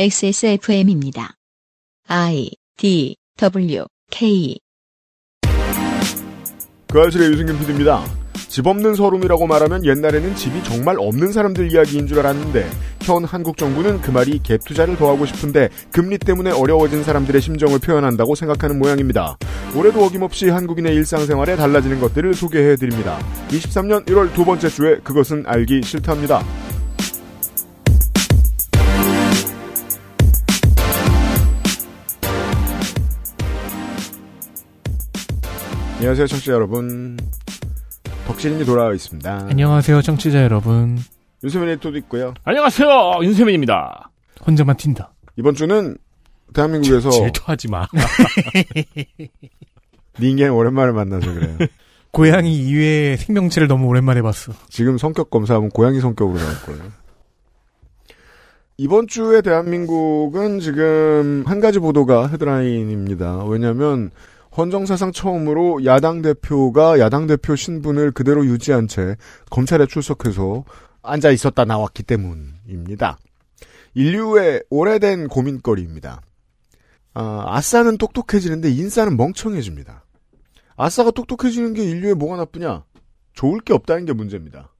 XSFM입니다. I D W K 그 아실의 유승균 PD입니다. 집 없는 서름이라고 말하면 옛날에는 집이 정말 없는 사람들 이야기인 줄 알았는데 현 한국 정부는 그 말이 갭 투자를 더하고 싶은데 금리 때문에 어려워진 사람들의 심정을 표현한다고 생각하는 모양입니다. 올해도 어김없이 한국인의 일상생활에 달라지는 것들을 소개해드립니다. 23년 1월 두 번째 주에 그것은 알기 싫답니다. 안녕하세요 청취자 여러분. 덕신이 돌아와 있습니다. 음. 안녕하세요, 청취자 여러분. 윤세민 에디도 있고요. 안녕하세요 윤세민입니다. 혼자만 튄다. 이번 주는 대한민국에서 질투하지 마. 닝겐 오랜만에 만나서 그래요. 고양이 이외의 생명체를 너무 오랜만에 봤어. 지금 성격 검사하면 고양이 성격으로 나올 거예요. 이번 주에 대한민국은 지금 한 가지 보도가 헤드라인입니다. 왜냐하면 헌정사상 처음으로 야당 대표가 야당 대표 신분을 그대로 유지한 채 검찰에 출석해서 앉아 있었다 나왔기 때문입니다. 인류의 오래된 고민거리입니다. 아, 아싸는 똑똑해지는데 인싸는 멍청해집니다. 아싸가 똑똑해지는 게 인류에 뭐가 나쁘냐? 좋을 게 없다는 게 문제입니다.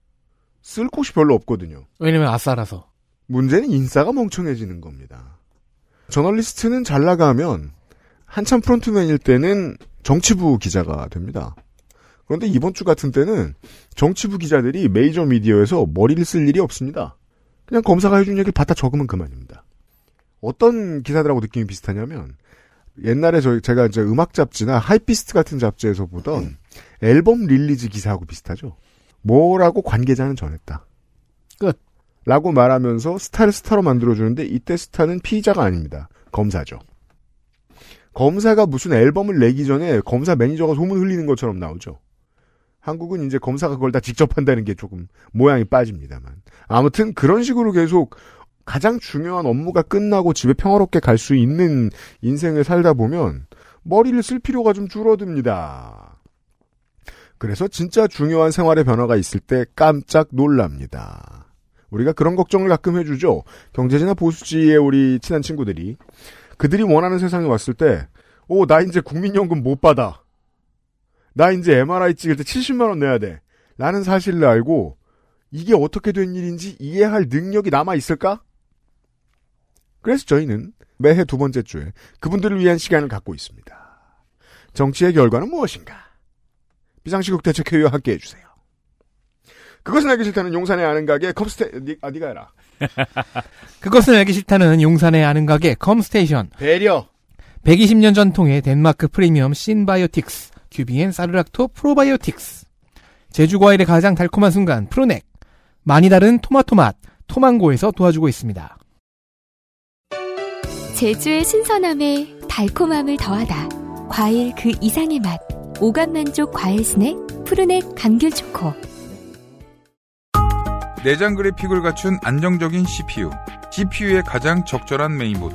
쓸 곳이 별로 없거든요. 왜냐면 아싸라서. 문제는 인싸가 멍청해지는 겁니다. 저널리스트는 잘 나가면 한참 프론트맨일 때는 정치부 기자가 됩니다. 그런데 이번 주 같은 때는 정치부 기자들이 메이저 미디어에서 머리를 쓸 일이 없습니다. 그냥 검사가 해준 얘기를 받아 적으면 그만입니다. 어떤 기사들하고 느낌이 비슷하냐면 옛날에 저희 제가 이제 음악 잡지나 하이피스트 같은 잡지에서 보던 앨범 릴리즈 기사하고 비슷하죠. 뭐라고 관계자는 전했다. 끝. 라고 말하면서 스타를 스타로 만들어주는데 이때 스타는 피의자가 아닙니다. 검사죠. 검사가 무슨 앨범을 내기 전에 검사 매니저가 소문 흘리는 것처럼 나오죠. 한국은 이제 검사가 그걸 다 직접 한다는 게 조금 모양이 빠집니다만. 아무튼 그런 식으로 계속 가장 중요한 업무가 끝나고 집에 평화롭게 갈 수 있는 인생을 살다 보면 머리를 쓸 필요가 좀 줄어듭니다. 그래서 진짜 중요한 생활의 변화가 있을 때 깜짝 놀랍니다. 우리가 그런 걱정을 가끔 해주죠. 경제지나 보수지의 우리 친한 친구들이 그들이 원하는 세상에 왔을 때, 오, 나 이제 국민연금 못 받아. 나 이제 MRI 찍을 때 70만원 내야 돼. 라는 사실을 알고, 이게 어떻게 된 일인지 이해할 능력이 남아있을까? 그래서 저희는 매해 두 번째 주에 그분들을 위한 시간을 갖고 있습니다. 정치의 결과는 무엇인가? 비상시국 대책회의와 함께 해주세요. 그것은 알기 싫다는 용산의 아는 가게 컵스테, 니, 아, 니가 해라. 그것은 알기 싫다는 용산의 아는 가게 컴스테이션. 배려. 120년 전통의 덴마크 프리미엄 신바이오틱스. 큐비엔 사르락토 프로바이오틱스. 제주 과일의 가장 달콤한 순간 프로넥. 많이 다른 토마토 맛. 토망고에서 도와주고 있습니다. 제주의 신선함에 달콤함을 더하다. 과일 그 이상의 맛. 오감 만족 과일 스낵 푸르넥 감귤 초코. 내장 그래픽을 갖춘 안정적인 CPU, GPU의 가장 적절한 메인보드.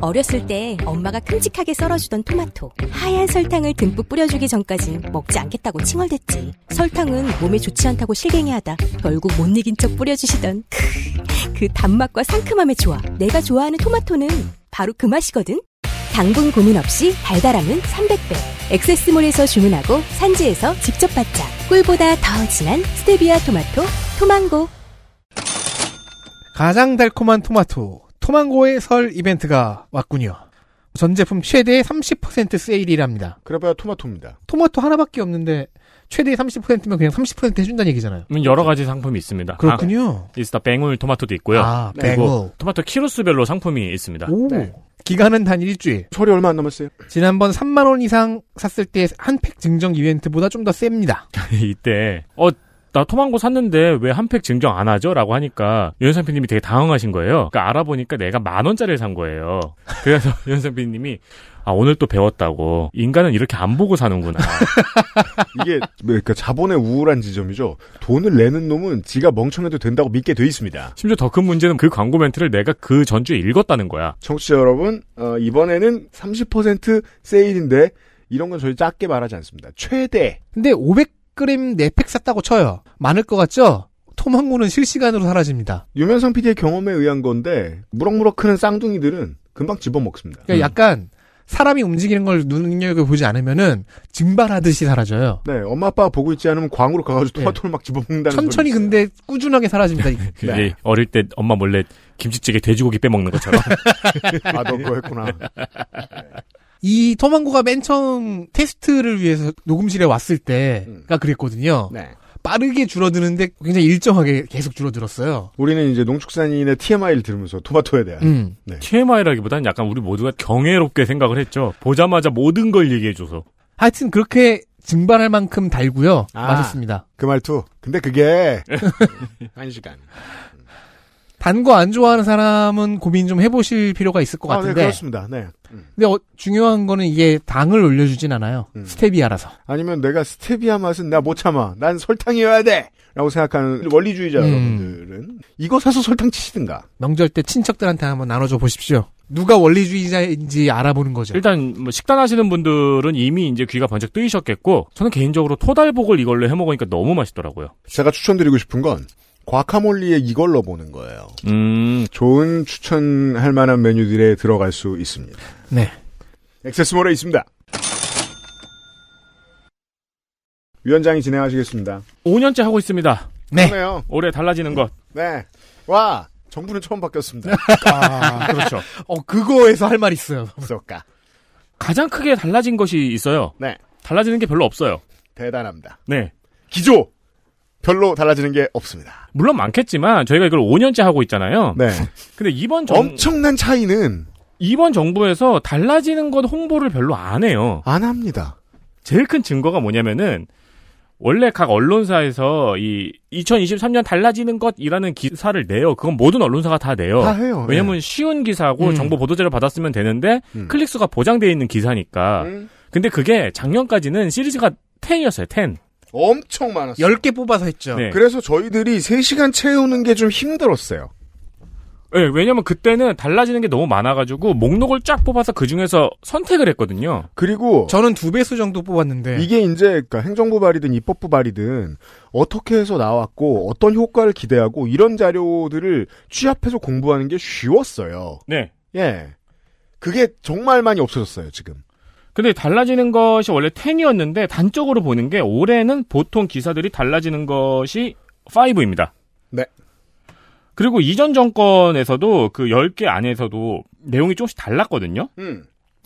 어렸을 때 엄마가 큼직하게 썰어주던 토마토 하얀 설탕을 듬뿍 뿌려주기 전까지 먹지 않겠다고 칭얼댔지 설탕은 몸에 좋지 않다고 실갱이하다 결국 못 이긴 척 뿌려주시던 크, 그 단맛과 상큼함의 조화 내가 좋아하는 토마토는 바로 그 맛이거든 당분 고민 없이 달달함은 300배 액세스몰에서 주문하고 산지에서 직접 받자 꿀보다 더 진한 스테비아 토마토 토망고 가장 달콤한 토마토, 토망고의 설 이벤트가 왔군요. 전 제품 최대 30% 세일이랍니다. 그래봐야 토마토입니다. 토마토 하나밖에 없는데 최대 30%면 그냥 30% 해준다는 얘기잖아요. 음, 여러 가지 상품이 있습니다. 아, 그렇군요. 인스타 뱅울 토마토도 있고요. 아, 네. 그리고 뱅울. 토마토 키로수별로 상품이 있습니다. 오. 기간은 단 일주일. 철이 얼마 안 남았어요? 지난번 3만 원 이상 샀을 때 한 팩 증정 이벤트보다 좀 더 셉니다. 이때 어 나 토망고 샀는데 왜 한 팩 증정 안 하죠? 라고 하니까 윤상 PD님이 되게 당황하신 거예요. 그러니까 알아보니까 내가 만 원짜리를 산 거예요. 그래서 윤상 PD님이 아 오늘 또 배웠다고 인간은 이렇게 안 보고 사는구나. 이게 그러니까 자본의 우울한 지점이죠. 돈을 내는 놈은 지가 멍청해도 된다고 믿게 돼 있습니다. 심지어 더 큰 문제는 그 광고 멘트를 내가 그 전주에 읽었다는 거야. 청취자 여러분, 어, 이번에는 30% 세일인데 이런 건 저희 작게 말하지 않습니다. 최대 근데 500g 4팩 샀다고 쳐요. 많을 것 같죠? 톰 항구는 실시간으로 사라집니다. 유면상 PD의 경험에 의한 건데 무럭무럭 크는 쌍둥이들은 금방 집어먹습니다. 그러니까 약간 사람이 움직이는 걸 눈여겨보지 않으면은 증발하듯이 사라져요. 네, 엄마 아빠가 보고 있지 않으면 광으로 가가지고 토마토를 막 집어먹는다는 천천히 그러니까 소리 있어요. 근데 꾸준하게 사라집니다. 그게 어릴 때 엄마 몰래 김치찌개 돼지고기 빼먹는 것처럼. 아, 너 그거 했구나. 이 토망고가 맨 처음 테스트를 위해서 녹음실에 왔을 때가 그랬거든요. 네. 빠르게 줄어드는데 굉장히 일정하게 계속 줄어들었어요. 우리는 이제 농축산인의 TMI를 들으면서 토마토에 대한 음. TMI라기보다는 약간 우리 모두가 경이롭게 생각을 했죠. 보자마자 모든 걸 얘기해줘서. 하여튼 그렇게 증발할 만큼 달고요. 아. 맛있습니다. 그 말투. 근데 그게 한 시간. 단 거 안 좋아하는 사람은 고민 좀 해보실 필요가 있을 것 아, 네, 같은데. 그렇습니다. 네. 근데 어, 중요한 거는 이게 당을 올려주진 않아요. 음. 스테비아라서. 아니면 내가 스테비아 맛은 나 못 참아. 난 설탕이어야 돼. 라고 생각하는 원리주의자 음. 여러분들은 이거 사서 설탕 치시든가. 명절 때 친척들한테 한번 나눠줘 보십시오. 누가 원리주의자인지 알아보는 거죠. 일단 뭐 식단 하시는 분들은 이미 이제 귀가 번쩍 뜨이셨겠고 저는 개인적으로 토달복을 이걸로 해 먹으니까 너무 맛있더라고요. 제가 추천드리고 싶은 건 과카몰리에 이걸로 보는 거예요. 음, 좋은 추천할 만한 메뉴들에 들어갈 수 있습니다. 네. 액세스몰에 있습니다. 위원장이 진행하시겠습니다. 5년째 하고 있습니다. 네. 그러네요. 올해 달라지는 것. 네. 와, 정부는 처음 바뀌었습니다. 아, 그렇죠. 어, 그거에서 할 말 있어요. 무섭까. 가장 크게 달라진 것이 있어요. 네. 달라지는 게 별로 없어요. 대단합니다. 네. 기조! 별로 달라지는 게 없습니다. 물론 많겠지만 저희가 이걸 5년째 하고 있잖아요. 네. 근데 이번 정 엄청난 차이는 이번 정부에서 달라지는 것 홍보를 별로 안 해요. 안 합니다. 제일 큰 증거가 뭐냐면은 원래 각 언론사에서 이 2023년 달라지는 것이라는 기사를 내요. 그건 모든 언론사가 다 내요. 다 해요. 예. 왜냐면 쉬운 기사고 음. 정보 보도자료 받았으면 되는데 음. 클릭수가 보장돼 있는 기사니까. 음. 근데 그게 작년까지는 시리즈가 10이었어요. 10. 엄청 많았어요. 10개 뽑아서 했죠. 네. 그래서 저희들이 3시간 채우는 게 좀 힘들었어요. 예, 왜냐면 그때는 달라지는 게 너무 많아가지고 목록을 쫙 뽑아서 그 중에서 선택을 했거든요. 그리고 저는 네. 두 배수 정도 뽑았는데 뭐. 이게 이제 그러니까 행정부 발이든 입법부 발이든 어떻게 해서 나왔고 어떤 효과를 기대하고 이런 자료들을 취합해서 공부하는 게 쉬웠어요. 네. 예. 그게 정말 많이 없어졌어요, 지금. 근데 달라지는 것이 원래 10이었는데 단적으로 보는 게 올해는 보통 기사들이 달라지는 것이 5입니다. 네. 그리고 이전 정권에서도 그 10개 안에서도 내용이 조금씩 달랐거든요. 음.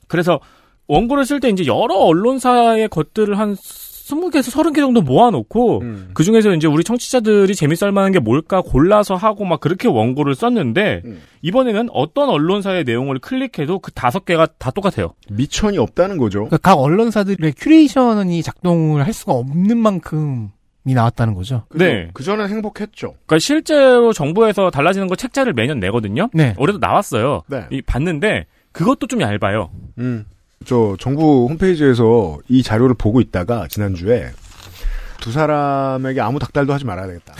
그래서 원고를 쓸 때 이제 여러 언론사의 것들을 한 20개에서 30개 정도 모아놓고 음. 그 중에서 이제 우리 청취자들이 재밌어 할 만한 게 뭘까 골라서 하고 막 그렇게 원고를 썼는데 음. 이번에는 어떤 언론사의 내용을 클릭해도 그 다섯 개가 다 똑같아요. 미천이 없다는 거죠. 그러니까 각 언론사들의 큐레이션이 작동을 할 수가 없는 만큼이 나왔다는 거죠. 그죠? 네. 그전엔 행복했죠. 그러니까 실제로 정부에서 달라지는 거 책자를 매년 내거든요. 네. 올해도 나왔어요. 네. 이 봤는데 그것도 좀 얇아요. 음. 저 정부 홈페이지에서 이 자료를 보고 있다가 지난주에 두 사람에게 아무 닥달도 하지 말아야 되겠다.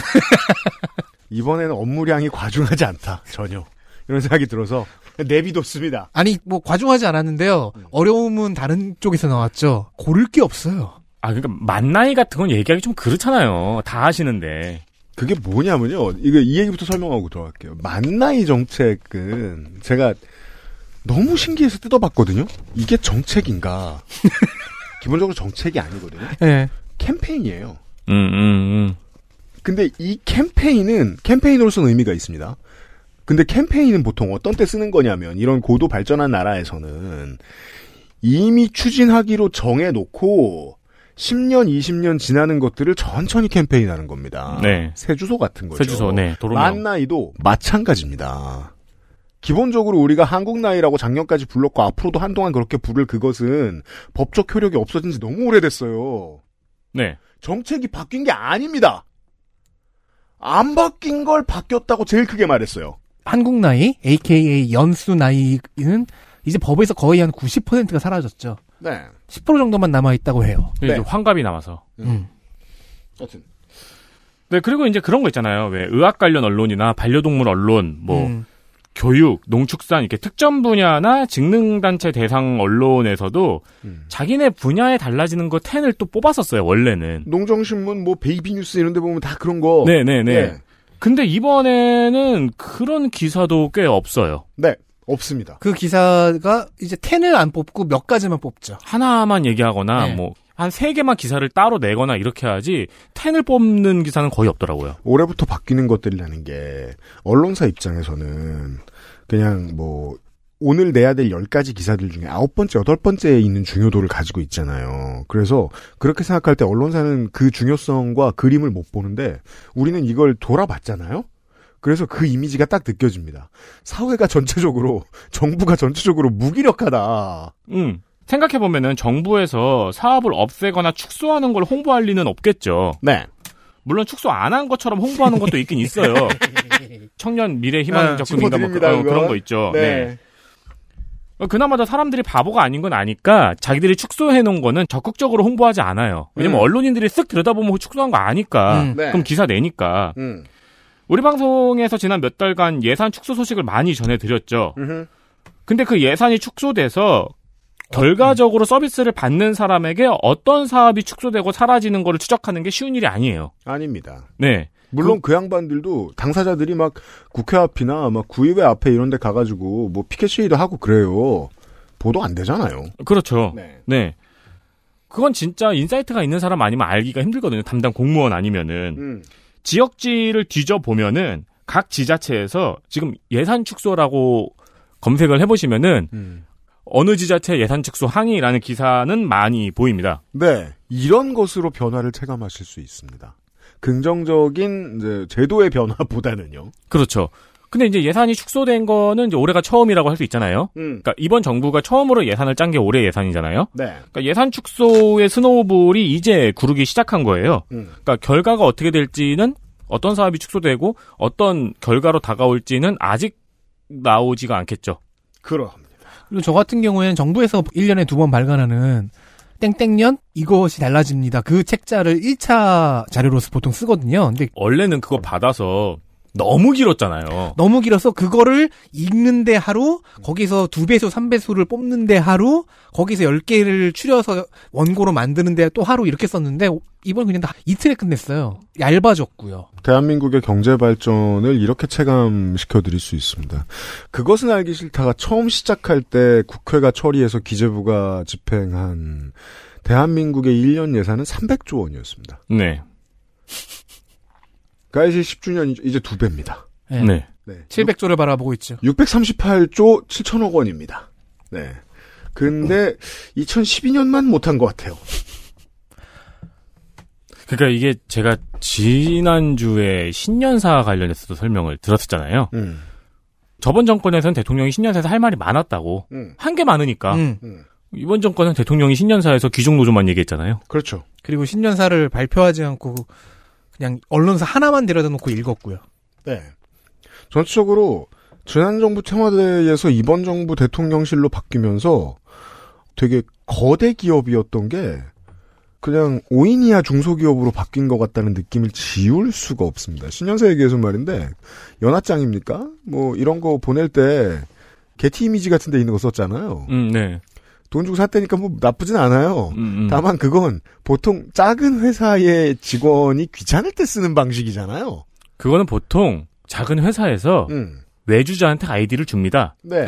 이번에는 업무량이 과중하지 않다. 전혀. 이런 생각이 들어서 내비뒀습니다. 아니 뭐 과중하지 않았는데요. 음. 어려움은 다른 쪽에서 나왔죠. 고를 게 없어요. 아 그러니까 만나이 같은 건 얘기하기 좀 그렇잖아요. 다 하시는데. 그게 뭐냐면요. 이거 이 얘기부터 설명하고 들어갈게요. 만나이 정책은 제가 너무 신기해서 뜯어봤거든요. 이게 정책인가? 기본적으로 정책이 아니거든요. 네. 캠페인이에요. 음, 음, 음. 근데 이 캠페인은 캠페인으로서는 의미가 있습니다. 근데 캠페인은 보통 어떤 때 쓰는 거냐면 이런 고도 발전한 나라에서는 이미 추진하기로 정해놓고 10년, 20년 지나는 것들을 천천히 캠페인하는 겁니다. 네. 새 주소 같은 거죠. 새 주소, 네. 도로명. 만 나이도 마찬가지입니다. 기본적으로 우리가 한국 나이라고 작년까지 불렀고 앞으로도 한동안 그렇게 부를 그것은 법적 효력이 없어진 지 너무 오래됐어요. 네. 정책이 바뀐 게 아닙니다. 안 바뀐 걸 바뀌었다고 제일 크게 말했어요. 한국 나이, AKA 연수 나이는 이제 법에서 거의 한 90%가 사라졌죠. 네. 10% 정도만 남아 있다고 해요. 네. 이제 환갑이 남아서. 음. 여튼. 네, 그리고 이제 그런 거 있잖아요. 왜 의학 관련 언론이나 반려동물 언론, 뭐 음. 교육, 농축산 이렇게 특정 분야나 직능 단체 대상 언론에서도 음. 자기네 분야에 달라지는 거 10을 또 뽑았었어요. 원래는. 농정신문, 뭐, 베이비뉴스 이런 데 보면 다 그런 거. 네, 네, 네. 네. 근데 이번에는 그런 기사도 꽤 없어요. 네. 없습니다. 그 기사가 이제 10을 안 뽑고 몇 가지만 뽑죠. 하나만 얘기하거나 네. 뭐 한 세 개만 기사를 따로 내거나 이렇게 하지 10을 뽑는 기사는 거의 없더라고요. 올해부터 바뀌는 것들이라는 게 언론사 입장에서는 그냥 뭐 오늘 내야 될 10가지 기사들 중에 아홉 번째, 여덟 번째에 있는 중요도를 가지고 있잖아요. 그래서 그렇게 생각할 때 언론사는 그 중요성과 그림을 못 보는데 우리는 이걸 돌아봤잖아요. 그래서 그 이미지가 딱 느껴집니다. 사회가 전체적으로, 정부가 전체적으로 무기력하다. 음. 생각해 보면은 정부에서 사업을 없애거나 축소하는 걸 홍보할 리는 없겠죠. 네. 물론 축소 안 한 것처럼 홍보하는 것도 있긴 있어요. 청년 미래 아, 희망 적금인가 뭐 짚어드립니다, 그- 어, 그거. 그런 거 있죠. 네. 네. 어, 그나마도 사람들이 바보가 아닌 건 아니까 자기들이 축소해 놓은 거는 적극적으로 홍보하지 않아요. 음. 왜냐면 언론인들이 쓱 들여다보면 축소한 거 아니까. 음. 네. 그럼 기사 내니까. 음. 우리 방송에서 지난 몇 달간 예산 축소 소식을 많이 전해드렸죠. 음흠. 근데 그 예산이 축소돼서 결과적으로 서비스를 받는 사람에게 어떤 사업이 축소되고 사라지는 거를 추적하는 게 쉬운 일이 아니에요. 아닙니다. 네. 물론 그, 양반들도 당사자들이 막 국회 앞이나 막 구의회 앞에 이런 데 가가지고 뭐 피켓 시위도 하고 그래요. 보도 안 되잖아요. 그렇죠. 네. 네. 그건 진짜 인사이트가 있는 사람 아니면 알기가 힘들거든요. 담당 공무원 아니면은. 음. 지역지를 뒤져보면은 각 지자체에서 지금 예산 축소라고 검색을 해보시면은 어느 지자체 예산 축소 항의라는 기사는 많이 보입니다. 네. 이런 것으로 변화를 체감하실 수 있습니다. 긍정적인 이제 제도의 변화보다는요. 그렇죠. 근데 이제 예산이 축소된 거는 이제 올해가 처음이라고 할 수 있잖아요. 음. 그러니까 이번 정부가 처음으로 예산을 짠 게 올해 예산이잖아요. 네. 그러니까 예산 축소의 스노우볼이 이제 구르기 시작한 거예요. 음. 그러니까 결과가 어떻게 될지는 어떤 사업이 축소되고 어떤 결과로 다가올지는 아직 나오지가 않겠죠. 그러합니다. 그리고 저 같은 경우에는 정부에서 1년에 두 번 발간하는 땡땡년 이것이 달라집니다. 그 책자를 1차 자료로서 보통 쓰거든요. 근데 원래는 그거 받아서 너무 길었잖아요. 너무 길어서 그거를 읽는데 하루, 거기서 두 배수, 삼 배수를 뽑는데 하루, 거기서 열 개를 추려서 원고로 만드는데 또 하루 이렇게 썼는데 이번 그냥 다 이틀에 끝냈어요. 얇아졌고요. 대한민국의 경제 발전을 이렇게 체감시켜 드릴 수 있습니다. 그것은 알기 싫다가 처음 시작할 때 국회가 처리해서 기재부가 집행한 대한민국의 1년 예산은 300조 원이었습니다. 네. 가이시 10주년 이제 두 배입니다. 네. 네. 700조를 바라보고 있죠. 638조 7천억 원입니다. 네. 근데 2012년만 못한 것 같아요. 그러니까 이게 제가 지난주에 신년사 관련해서도 설명을 들었었잖아요. 음. 저번 정권에서는 대통령이 신년사에서 할 말이 많았다고. 음. 한 게 많으니까. 음. 이번 정권은 대통령이 신년사에서 귀족 노조만 얘기했잖아요. 그렇죠. 그리고 신년사를 발표하지 않고 그냥 언론사 하나만 데려다 놓고 읽었고요. 네. 전체적으로 지난 정부 청와대에서 이번 정부 대통령실로 바뀌면서 되게 거대 기업이었던 게 그냥 5인 이하 중소기업으로 바뀐 것 같다는 느낌을 지울 수가 없습니다. 신년사 얘기해서 말인데 연하장입니까? 뭐 이런 거 보낼 때 게티 이미지 같은 데 있는 거 썼잖아요. 음, 네. 돈 주고 샀다니까 뭐 나쁘진 않아요. 음, 음. 다만 그건 보통 작은 회사의 직원이 귀찮을 때 쓰는 방식이잖아요. 그거는 보통 작은 회사에서 음. 외주자한테 아이디를 줍니다. 네.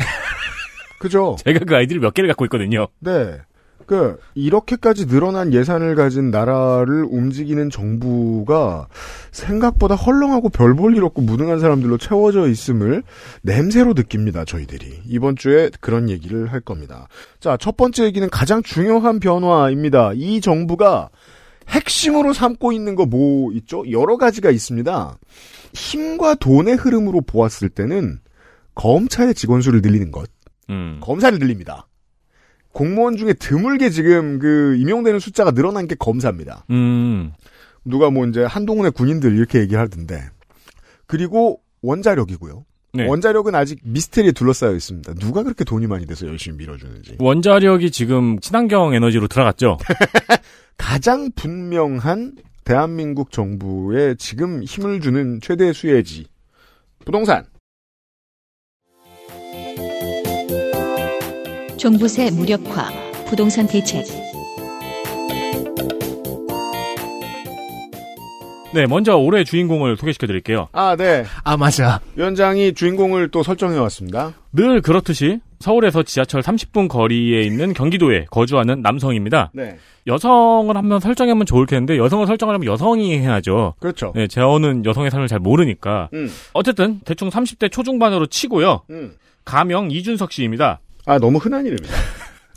그죠? 제가 그 아이디를 몇 개를 갖고 있거든요. 네. 그 이렇게까지 늘어난 예산을 가진 나라를 움직이는 정부가 생각보다 헐렁하고 별 볼 일 없고 무능한 사람들로 채워져 있음을 냄새로 느낍니다. 저희들이 이번 주에 그런 얘기를 할 겁니다. 자, 첫 번째 얘기는 가장 중요한 변화입니다. 이 정부가 핵심으로 삼고 있는 거 뭐 있죠? 여러 가지가 있습니다. 힘과 돈의 흐름으로 보았을 때는 검찰의 직원 수를 늘리는 것. 음. 검사를 늘립니다. 공무원 중에 드물게 지금 그 임용되는 숫자가 늘어난 게 검사입니다. 음. 누가 뭐 이제 한동훈의 군인들 이렇게 얘기하던데. 그리고 원자력이고요. 네. 원자력은 아직 미스테리에 둘러싸여 있습니다. 누가 그렇게 돈이 많이 돼서 열심히 밀어주는지. 원자력이 지금 친환경 에너지로 들어갔죠. 가장 분명한 대한민국 정부에 지금 힘을 주는 최대 수혜지. 부동산. 종부세 무력화, 부동산 대책. 네, 먼저 올해 주인공을 소개시켜 드릴게요. 아, 네. 아 맞아. 위원장이 주인공을 또 설정해 왔습니다. 늘 그렇듯이 서울에서 지하철 30분 거리에 있는 경기도에 거주하는 남성입니다. 네. 여성을 한번 설정하면 좋을 텐데 여성을 설정하려면 여성이 해야죠. 그렇죠. 네, 제어는 여성의 삶을 잘 모르니까. 음. 어쨌든 대충 30대 초중반으로 치고요. 음. 가명 이준석 씨입니다. 아, 너무 흔한 이름이다.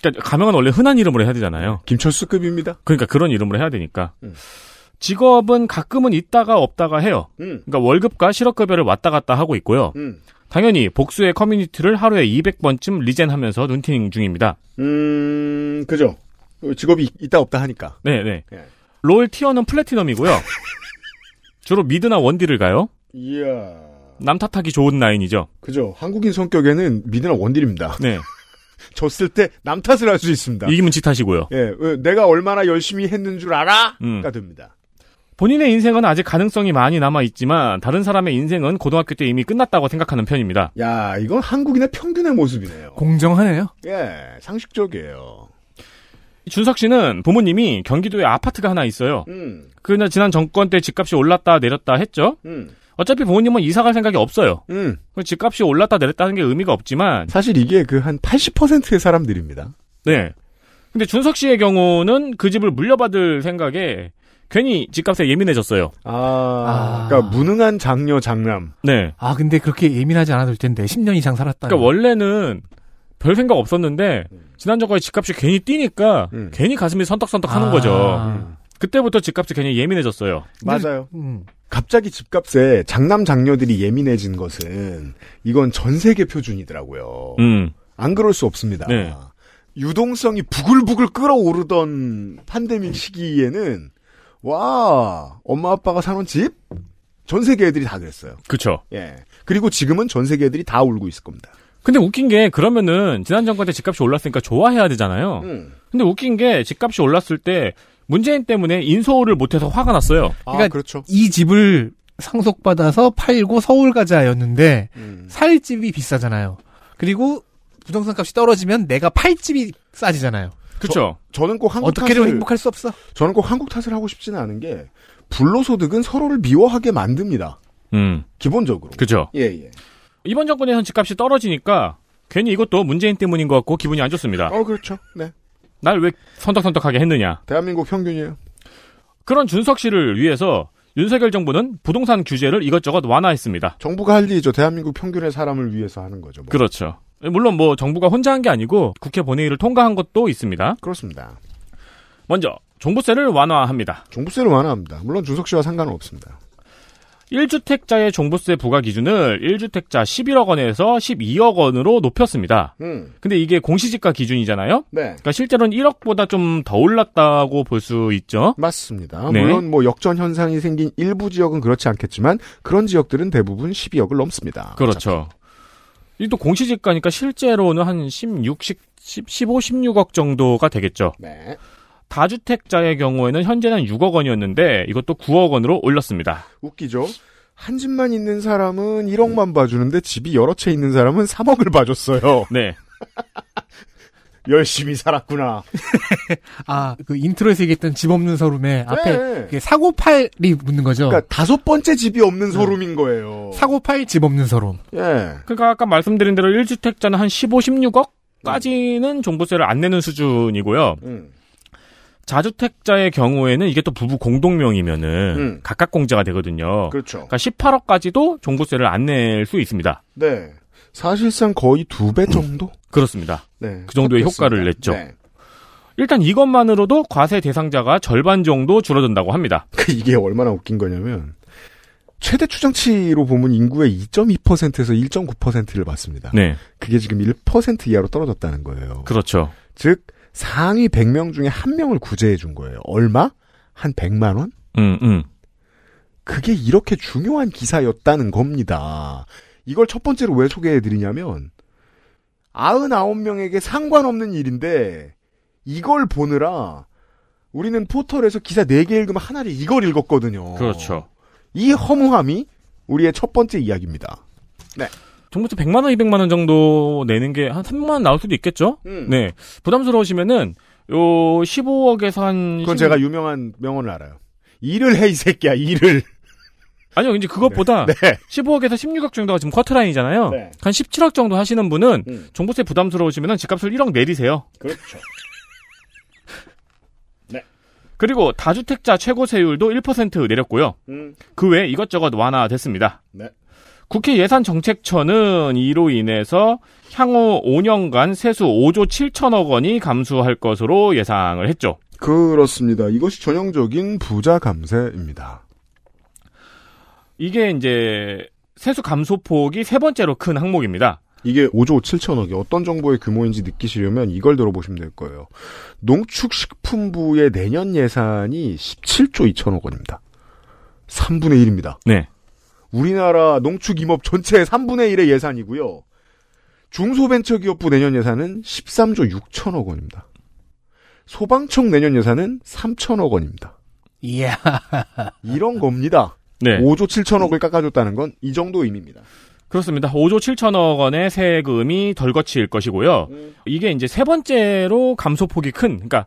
그러니까 가명은 원래 흔한 이름으로 해야 되잖아요. 김철수급입니다. 그러니까 그런 이름으로 해야 되니까. 음. 직업은 가끔은 있다가 없다가 해요. 음. 그러니까 월급과 실업급여를 왔다 갔다 하고 있고요. 음. 당연히 복수의 커뮤니티를 하루에 200번쯤 리젠하면서 눈팅ing 중입니다. 음, 그죠. 직업이 있다 없다 하니까. 네네. 예. 롤 티어는 플래티넘이고요. 주로 미드나 원딜을 가요. 이야. 남 탓하기 좋은 라인이죠. 그죠. 한국인 성격에는 미드나 원딜입니다. 네. 졌을 때 남 탓을 할 수 있습니다. 이기면 지 탓이고요. 예, 왜 내가 얼마나 열심히 했는 줄 알아? 음. 가 됩니다. 본인의 인생은 아직 가능성이 많이 남아있지만 다른 사람의 인생은 고등학교 때 이미 끝났다고 생각하는 편입니다. 야, 이건 한국인의 평균의 모습이네요. 공정하네요. 예, 상식적이에요. 준석 씨는 부모님이 경기도에 아파트가 하나 있어요. 음, 그러나 지난 정권 때 집값이 올랐다 내렸다 했죠. 음, 어차피 부모님은 이사 갈 생각이 없어요. 음. 그 집값이 올랐다 내렸다 하는 게 의미가 없지만 사실 이게 그 한 80%의 사람들입니다. 네. 근데 준석 씨의 경우는 그 집을 물려받을 생각에 괜히 집값에 예민해졌어요. 아, 아. 그러니까 무능한 장녀 장남. 네. 아 근데 그렇게 예민하지 않아도 될 텐데 10년 이상 살았다. 그러니까 원래는 별 생각 없었는데 지난 정권에 집값이 괜히 뛰니까 음. 괜히 가슴이 선떡선떡 하는 아. 거죠. 음. 그때부터 집값이 괜히 예민해졌어요. 맞아요. 음. 갑자기 집값에 장남 장녀들이 예민해진 것은 이건 전 세계 표준이더라고요. 음. 안 그럴 수 없습니다. 네. 유동성이 부글부글 끓어오르던 팬데믹 시기에는 와 엄마 아빠가 사놓은 집? 전 세계 애들이 다 그랬어요. 그쵸. 예. 그리고 지금은 전 세계 애들이 다 울고 있을 겁니다. 근데 웃긴 게 그러면은 지난 정권 때 집값이 올랐으니까 좋아해야 되잖아요. 음. 근데 웃긴 게 집값이 올랐을 때 문재인 때문에 인서울을 못해서 화가 났어요. 아, 그러니까- 그렇죠. 이 집을 상속받아서 팔고 서울 가자였는데 음. 살 집이 비싸잖아요. 그리고 부동산 값이 떨어지면 내가 팔 집이 싸지잖아요. 그쵸. 저는 꼭 한국 어떻게든 탓을- 행복할 수 없어. 저는 꼭 한국 탓을 하고 싶지는 않은 게 불로소득은 서로를 미워하게 만듭니다. 음. 기본적으로. 그쵸. 예, 예. 이번 정권에선 집값이 떨어지니까 괜히 이것도 문재인 때문인 것 같고 기분이 안 좋습니다. 어, 그렇죠. 네. 날 왜 선덕선덕하게 했느냐. 대한민국 평균이에요. 그런 준석 씨를 위해서 윤석열 정부는 부동산 규제를 이것저것 완화했습니다. 정부가 할 일이죠. 대한민국 평균의 사람을 위해서 하는 거죠. 뭐. 그렇죠. 물론 뭐 정부가 혼자 한 게 아니고 국회 본회의를 통과한 것도 있습니다. 그렇습니다. 먼저 종부세를 완화합니다. 종부세를 완화합니다. 물론 준석 씨와 상관은 없습니다. 1주택자의 종부세 부과 기준을 1주택자 11억 원에서 12억 원으로 높였습니다. 음, 근데 이게 공시지가 기준이잖아요. 네. 그러니까 실제로는 1억보다 좀 더 올랐다고 볼 수 있죠. 맞습니다. 네. 물론 뭐 역전 현상이 생긴 일부 지역은 그렇지 않겠지만 그런 지역들은 대부분 12억을 넘습니다. 그렇죠. 이 또 공시지가니까 실제로는 한 16, 10, 15, 16억 정도가 되겠죠. 네. 다주택자의 경우에는 현재는 6억 원이었는데 이것도 9억 원으로 올렸습니다. 웃기죠? 한 집만 있는 사람은 1억만 봐주는데 집이 여러 채 있는 사람은 3억을 봐줬어요. 네. 열심히 살았구나. 아 그 인트로에서 얘기했던 집 없는 서름에 앞에 네. 그게 사고팔이 붙는 거죠. 그러니까 다섯 번째 집이 없는 소름인 거예요. 사고팔 집 없는 서름. 예. 그러니까 아까 말씀드린 대로 1주택자는 한 15, 16억? 까지는 종부세를 안 내는 수준이고요. 음. 자주택자의 경우에는 이게 또 부부 공동명이면은 음. 각각 공제가 되거든요. 그렇죠. 그러니까 18억까지도 종부세를 안 낼 수 있습니다. 네. 사실상 거의 두 배 정도? 그렇습니다. 네. 그 정도의 됐습니다. 효과를 냈죠. 네. 일단 이것만으로도 과세 대상자가 절반 정도 줄어든다고 합니다. 그 이게 얼마나 웃긴 거냐면 최대 추정치로 보면 인구의 2.2%에서 1.9%를 받습니다. 네, 그게 지금 1% 이하로 떨어졌다는 거예요. 그렇죠. 즉 상위 100명 중에 한 명을 구제해 준 거예요. 얼마? 한 100만 원? 음, 음. 그게 이렇게 중요한 기사였다는 겁니다. 이걸 첫 번째로 왜 소개해드리냐면, 99명에게 상관없는 일인데, 이걸 보느라, 우리는 포털에서 기사 4개 읽으면 하나를 이걸 읽었거든요. 그렇죠. 이 허무함이 우리의 첫 번째 이야기입니다. 정부터 100만 원, 200만 원 정도 내는 게 한 300만 원 나올 수도 있겠죠? 음. 네. 부담스러우시면은 요 15억에서 한 그건 16 제가 유명한 명언을 알아요. 일을 해, 이 새끼야, 일을. 아니요. 이제 그것보다 네. 15억에서 16억 정도가 지금 쿼트라인이잖아요. 네. 한 17억 정도 하시는 분은 음. 종부세 부담스러우시면은 집값을 1억 내리세요. 그렇죠. 네. 그리고 다주택자 최고세율도 1% 내렸고요. 음. 그 외 이것저것 완화됐습니다. 네. 국회 예산정책처는 이로 인해서 향후 5년간 세수 5조 7천억 원이 감수할 것으로 예상을 했죠. 그렇습니다. 이것이 전형적인 부자 감세입니다. 이게 이제 세수 감소폭이 세 번째로 큰 항목입니다. 이게 5조 7천억이 어떤 정보의 규모인지 느끼시려면 이걸 들어보시면 될 거예요. 농축식품부의 내년 예산이 17조 2천억 원입니다. 3분의 1입니다. 네. 우리나라 농축임업 전체의 3분의 1의 예산이고요. 중소벤처기업부 내년 예산은 13조 6천억 원입니다. 소방청 내년 예산은 3천억 원입니다. 이야. 이런 겁니다. 네. 5조 7천억을 깎아줬다는 건 이 정도 의미입니다. 그렇습니다. 5조 7천억 원의 세금이 덜 거칠 것이고요. 음. 이게 이제 세 번째로 감소폭이 큰, 그러니까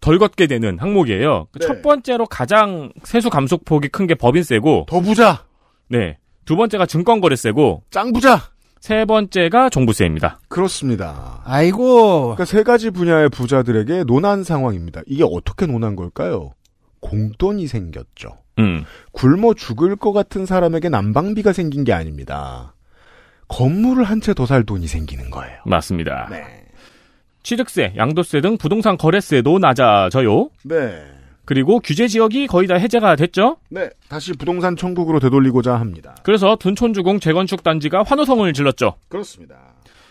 덜 걷게 되는 항목이에요. 그 네. 첫 번째로 가장 세수 감소폭이 큰 게 법인세고, 더 부자, 네. 두 번째가 증권거래세고, 짱 부자. 세 번째가 종부세입니다. 그렇습니다. 아이고. 그러니까 세 가지 분야의 부자들에게 논한 상황입니다. 이게 어떻게 논한 걸까요? 공돈이 생겼죠. 음. 굶어 죽을 것 같은 사람에게 난방비가 생긴 게 아닙니다. 건물을 한 채 더 살 돈이 생기는 거예요. 맞습니다. 네. 취득세, 양도세 등 부동산 거래세도 낮아져요. 네. 그리고 규제 지역이 거의 다 해제가 됐죠. 네. 다시 부동산 천국으로 되돌리고자 합니다. 그래서 둔촌주공 재건축 단지가 환호성을 질렀죠. 그렇습니다.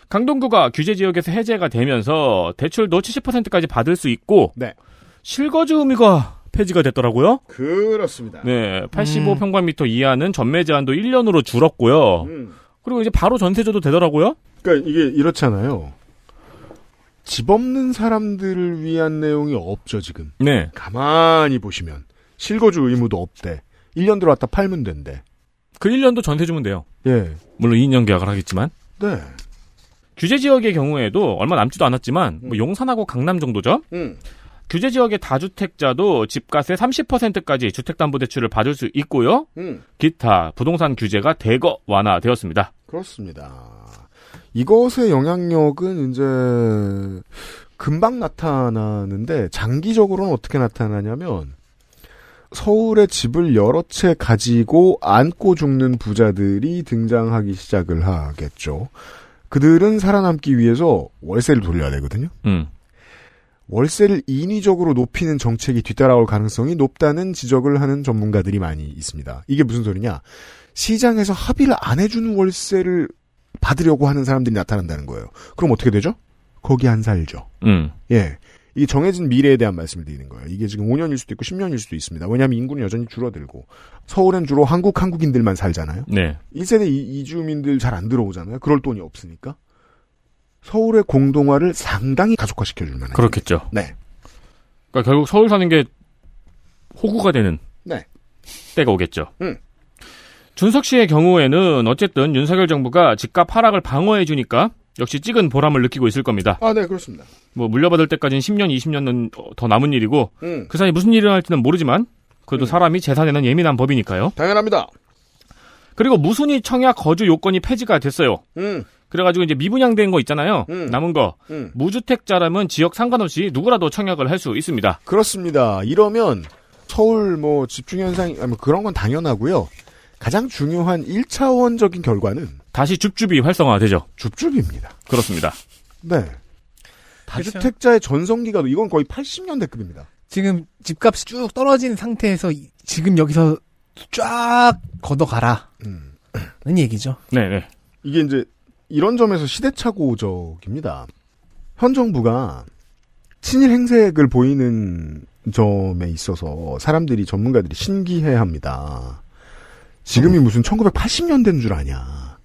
강동구가 규제 지역에서 해제가 되면서 대출도 70%까지 받을 수 있고 네. 실거주 의미가 폐지가 됐더라고요. 그렇습니다. 네, 85평방미터 이하는 전매 제한도 1년으로 줄었고요. 음. 그리고 이제 바로 전세줘도 되더라고요. 그러니까 이게 이렇잖아요. 집 없는 사람들을 위한 내용이 없죠, 지금. 네, 가만히 보시면 실거주 의무도 없대. 1년 들어왔다 팔면 된대. 그 1년도 전세 주면 돼요. 예. 물론 2년 계약을 하겠지만 네. 규제 지역의 경우에도 얼마 남지도 않았지만 뭐 용산하고 강남 정도죠. 음. 규제 지역의 다주택자도 집값의 30%까지 주택담보대출을 받을 수 있고요. 음. 기타 부동산 규제가 대거 완화되었습니다. 그렇습니다. 이것의 영향력은 이제 금방 나타나는데 장기적으로는 어떻게 나타나냐면 서울에 집을 여러 채 가지고 안고 죽는 부자들이 등장하기 시작을 하겠죠. 그들은 살아남기 위해서 월세를 돌려야 되거든요. 음. 월세를 인위적으로 높이는 정책이 뒤따라올 가능성이 높다는 지적을 하는 전문가들이 많이 있습니다. 이게 무슨 소리냐? 시장에서 합의를 안 해주는 월세를 받으려고 하는 사람들이 나타난다는 거예요. 그럼 어떻게 되죠? 거기 안 살죠. 음. 예. 이게 정해진 미래에 대한 말씀을 드리는 거예요. 이게 지금 5년일 수도 있고 10년일 수도 있습니다. 왜냐하면 인구는 여전히 줄어들고 서울엔 주로 한국 한국인들만 살잖아요. 네. 1세대 이- 이주민들 잘 안 들어오잖아요. 그럴 돈이 없으니까. 서울의 공동화를 상당히 가속화시켜줄 만한 그렇겠죠. 네. 그러니까 결국 서울 사는 게 호구가 되는 네. 때가 오겠죠. 음. 준석 씨의 경우에는 어쨌든 윤석열 정부가 집값 하락을 방어해 주니까 역시 찍은 보람을 느끼고 있을 겁니다. 아, 네, 그렇습니다. 뭐 물려받을 때까지는 10년, 20년은 더 남은 일이고 음, 그 사이 무슨 일이 일어날지는 모르지만 그래도 음. 사람이 재산에는 예민한 법이니까요. 당연합니다. 그리고 무순위 청약 거주 요건이 폐지가 됐어요. 음, 그래가지고 이제 미분양된 거 있잖아요. 음. 남은 거 음. 무주택자라면 지역 상관없이 누구라도 청약을 할 수 있습니다. 그렇습니다. 이러면 서울 뭐 집중 현상 아니 뭐 그런 건 당연하고요. 가장 중요한 1차원적인 결과는 다시 줍줍이 활성화되죠. 줍줍입니다. 그렇습니다. 네. 다주택자의 전성기가도 이건 거의 80년대급입니다. 지금 집값이 쭉 떨어진 상태에서 이- 지금 여기서 쫙 걷어가라. 음. 는 얘기죠. 네네. 이게 이제 이런 점에서 시대착오적입니다. 현 정부가 친일 행색을 보이는 점에 있어서 사람들이 전문가들이 신기해합니다. 지금이 무슨 1980년대인 줄 아냐.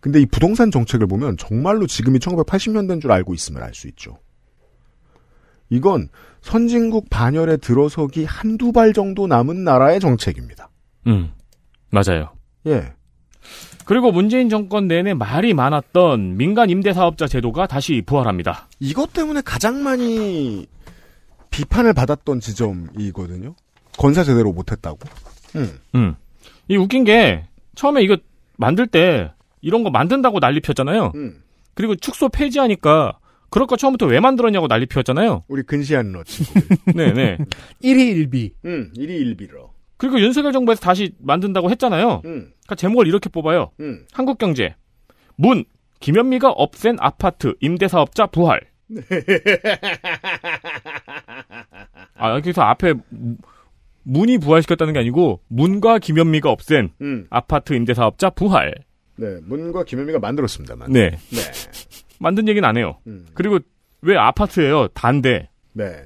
근데 이 부동산 정책을 보면 정말로 지금이 1980년대인 줄 알고 있음을 알 수 있죠. 이건 선진국 반열에 들어서기 한두 발 정도 남은 나라의 정책입니다. 음, 맞아요. 예. 그리고 문재인 정권 내내 말이 많았던 민간 임대사업자 제도가 다시 부활합니다. 이것 때문에 가장 많이 비판을 받았던 지점이거든요. 건사 제대로 못했다고. 음. 음. 이 웃긴 게 처음에 이거 만들 때 이런 거 만든다고 난리 폈잖아요. 음. 그리고 축소 폐지하니까 그럴 거 처음부터 왜 만들었냐고 난리 폈잖아요. 우리 근시한 러 친구. 네네. 1위 1비. 음, 일이 일비러. 그리고 윤석열 정부에서 다시 만든다고 했잖아요. 음, 그러니까 제목을 이렇게 뽑아요. 음. 한국경제 문 김현미가 없앤 아파트 임대사업자 부활. 아 그래서 앞에 문- 문이 부활시켰다는 게 아니고 문과 김현미가 없앤 음. 아파트 임대사업자 부활. 네, 문과 김현미가 만들었습니다만. 네 네. 만든 얘기는 안 해요. 음. 그리고 왜 아파트예요? 단데. 네.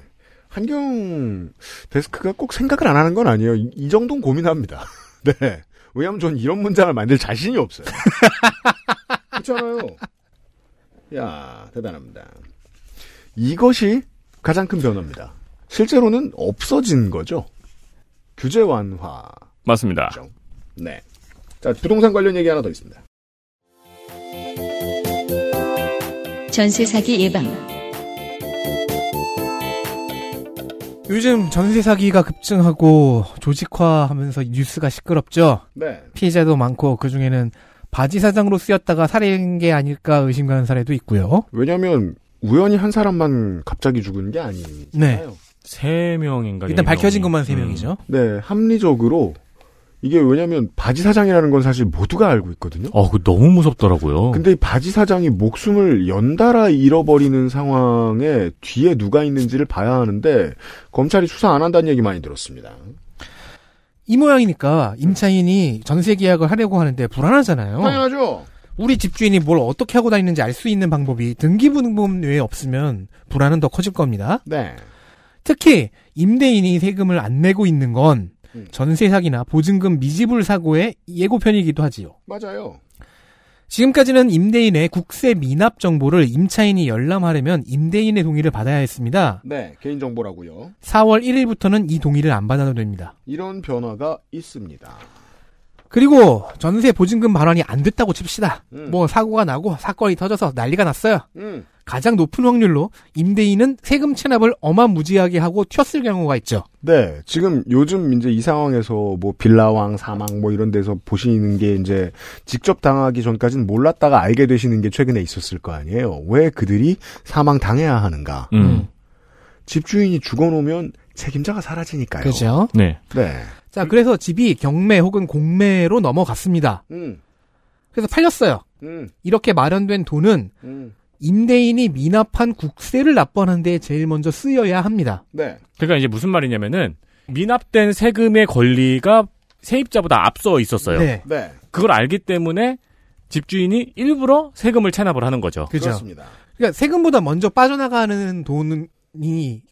한경 데스크가 꼭 생각을 안 하는 건 아니에요. 이, 이 정도는 고민합니다. 네. 왜냐면 전 이런 문장을 만들 자신이 없어요. 그렇잖아요. 야, 대단합니다. 이것이 가장 큰 변화입니다. 실제로는 없어진 거죠. 규제 완화. 맞습니다. 네. 자, 부동산 관련 얘기 하나 더 있습니다. 전세 사기 예방. 요즘 전세 사기가 급증하고 조직화하면서 뉴스가 시끄럽죠. 네. 피해자도 많고 그 중에는 바지 사장으로 쓰였다가 살해인 게 아닐까 의심가는 사례도 있고요. 왜냐면 하 우연히 한 사람만 갑자기 죽은 게 아니잖아요. 네. 세 명인가. 일단 네 밝혀진 명이. 것만 세 음. 명이죠. 네, 합리적으로 이게 왜냐면 바지 사장이라는 건 사실 모두가 알고 있거든요. 어, 그 너무 무섭더라고요. 근데 이 바지 사장이 목숨을 연달아 잃어버리는 상황에 뒤에 누가 있는지를 봐야 하는데 검찰이 수사 안 한다는 얘기 많이 들었습니다. 이 모양이니까 임차인이 전세 계약을 하려고 하는데 불안하잖아요. 당연하죠. 우리 집주인이 뭘 어떻게 하고 다니는지 알 수 있는 방법이 등기부등본 외에 없으면 불안은 더 커질 겁니다. 네. 특히 임대인이 세금을 안 내고 있는 건 음. 전세 사기나 보증금 미지불 사고의 예고편이기도 하지요. 맞아요. 지금까지는 임대인의 국세 미납 정보를 임차인이 열람하려면 임대인의 동의를 받아야 했습니다. 네, 개인정보라고요. 4월 1일부터는 이 동의를 안 받아도 됩니다. 이런 변화가 있습니다. 그리고 전세 보증금 반환이 안 됐다고 칩시다. 음. 뭐 사고가 나고 사건이 터져서 난리가 났어요. 음, 가장 높은 확률로 임대인은 세금 체납을 어마무지하게 하고 튀었을 경우가 있죠. 네, 지금 요즘 이제 이 상황에서 뭐 빌라왕 사망 뭐 이런 데서 보시는 게 이제 직접 당하기 전까지는 몰랐다가 알게 되시는 게 최근에 있었을 거 아니에요. 왜 그들이 사망 당해야 하는가? 음. 집주인이 죽어놓으면 책임자가 사라지니까요. 그죠? 네. 네. 자, 그래서 집이 경매 혹은 공매로 넘어갔습니다. 음, 그래서 팔렸어요. 음, 이렇게 마련된 돈은 음, 임대인이 미납한 국세를 납부하는 데 제일 먼저 쓰여야 합니다. 네. 그러니까 이제 무슨 말이냐면은 미납된 세금의 권리가 세입자보다 앞서 있었어요. 네. 네. 그걸 알기 때문에 집주인이 일부러 세금을 체납을 하는 거죠. 그죠? 렇습니다 그러니까 세금보다 먼저 빠져나가는 돈이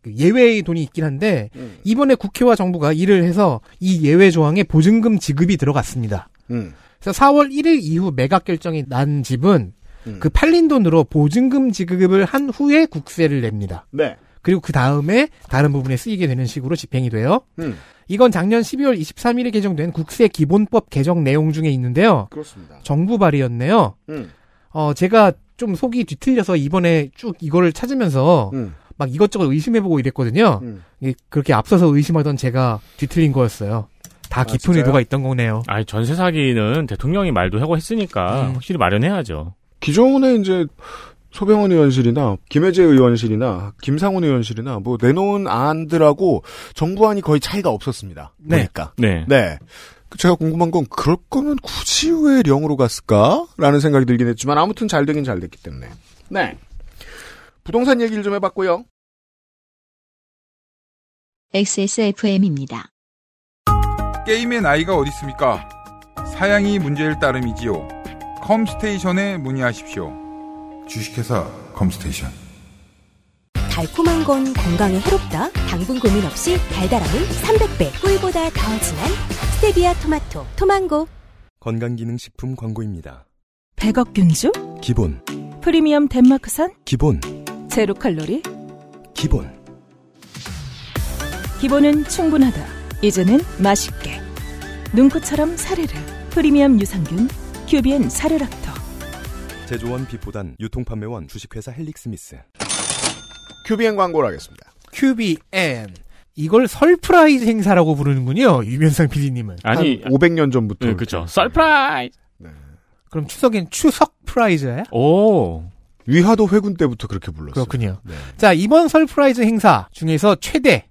그 예외의 돈이 있긴 한데 음, 이번에 국회와 정부가 일을 해서 이 예외 조항에 보증금 지급이 들어갔습니다. 음, 그래서 4월 1일 이후 매각 결정이 난 집은 음. 그 팔린 돈으로 보증금 지급을 한 후에 국세를 냅니다. 네. 그리고 그 다음에 다른 부분에 쓰이게 되는 식으로 집행이 돼요. 음, 이건 작년 12월 23일에 개정된 국세 기본법 개정 내용 중에 있는데요. 그렇습니다. 정부 발의였네요. 음, 어, 제가 좀 속이 뒤틀려서 이번에 쭉 이거를 찾으면서 음, 막 이것저것 의심해보고 이랬거든요. 음. 이- 그렇게 앞서서 의심하던 제가 뒤틀린 거였어요. 다 깊은 아, 진짜요? 의도가 있던 거네요. 아니 전세 사기는 대통령이 말도 하고 했으니까 네. 음. 확실히 마련해야죠. 기존에 이제 소병원 의원실이나 김혜재 의원실이나 김상훈 의원실이나 뭐 내놓은 안들하고 정부안이 거의 차이가 없었습니다. 네. 보니까. 네. 네. 그 제가 궁금한 건 그럴 거면 굳이 왜 0으로 갔을까? 라는 생각이 들긴 했지만 아무튼 잘 되긴 잘 됐기 때문에. 네. 부동산 얘기를 좀 해봤고요. XSFM입니다. 게임의 나이가 어디 있습니까? 사양이 문제일 따름이지요. 컴스테이션에 문의하십시오. 주식회사 컴스테이션. 달콤한 건 건강에 해롭다. 당분 고민 없이 달달함은 300배. 꿀보다 더 진한 스테비아 토마토 토망고. 건강기능식품 광고입니다. 백억균주, 기본, 프리미엄 덴마크산, 기본, 제로 칼로리, 기본. 기본은 충분하다. 이제는 맛있게. 눈꽃처럼 사르르. 프리미엄 유산균, 큐비엔 사르락토. 제조원 빛보단 유통판매원 주식회사 헬릭스미스. 큐비엔 광고를 하겠습니다. QBN. 이걸 설프라이즈 행사라고 부르는군요. 유면상 PD님은. 아니, 한 음. 500년 전부터. 네, 그죠. 설프라이즈! 그럼 추석엔 추석 프라이즈예요? 오. 위화도 회군 때부터 그렇게 불렀어요. 그렇군요. 네. 자, 이번 설프라이즈 행사 중에서 최대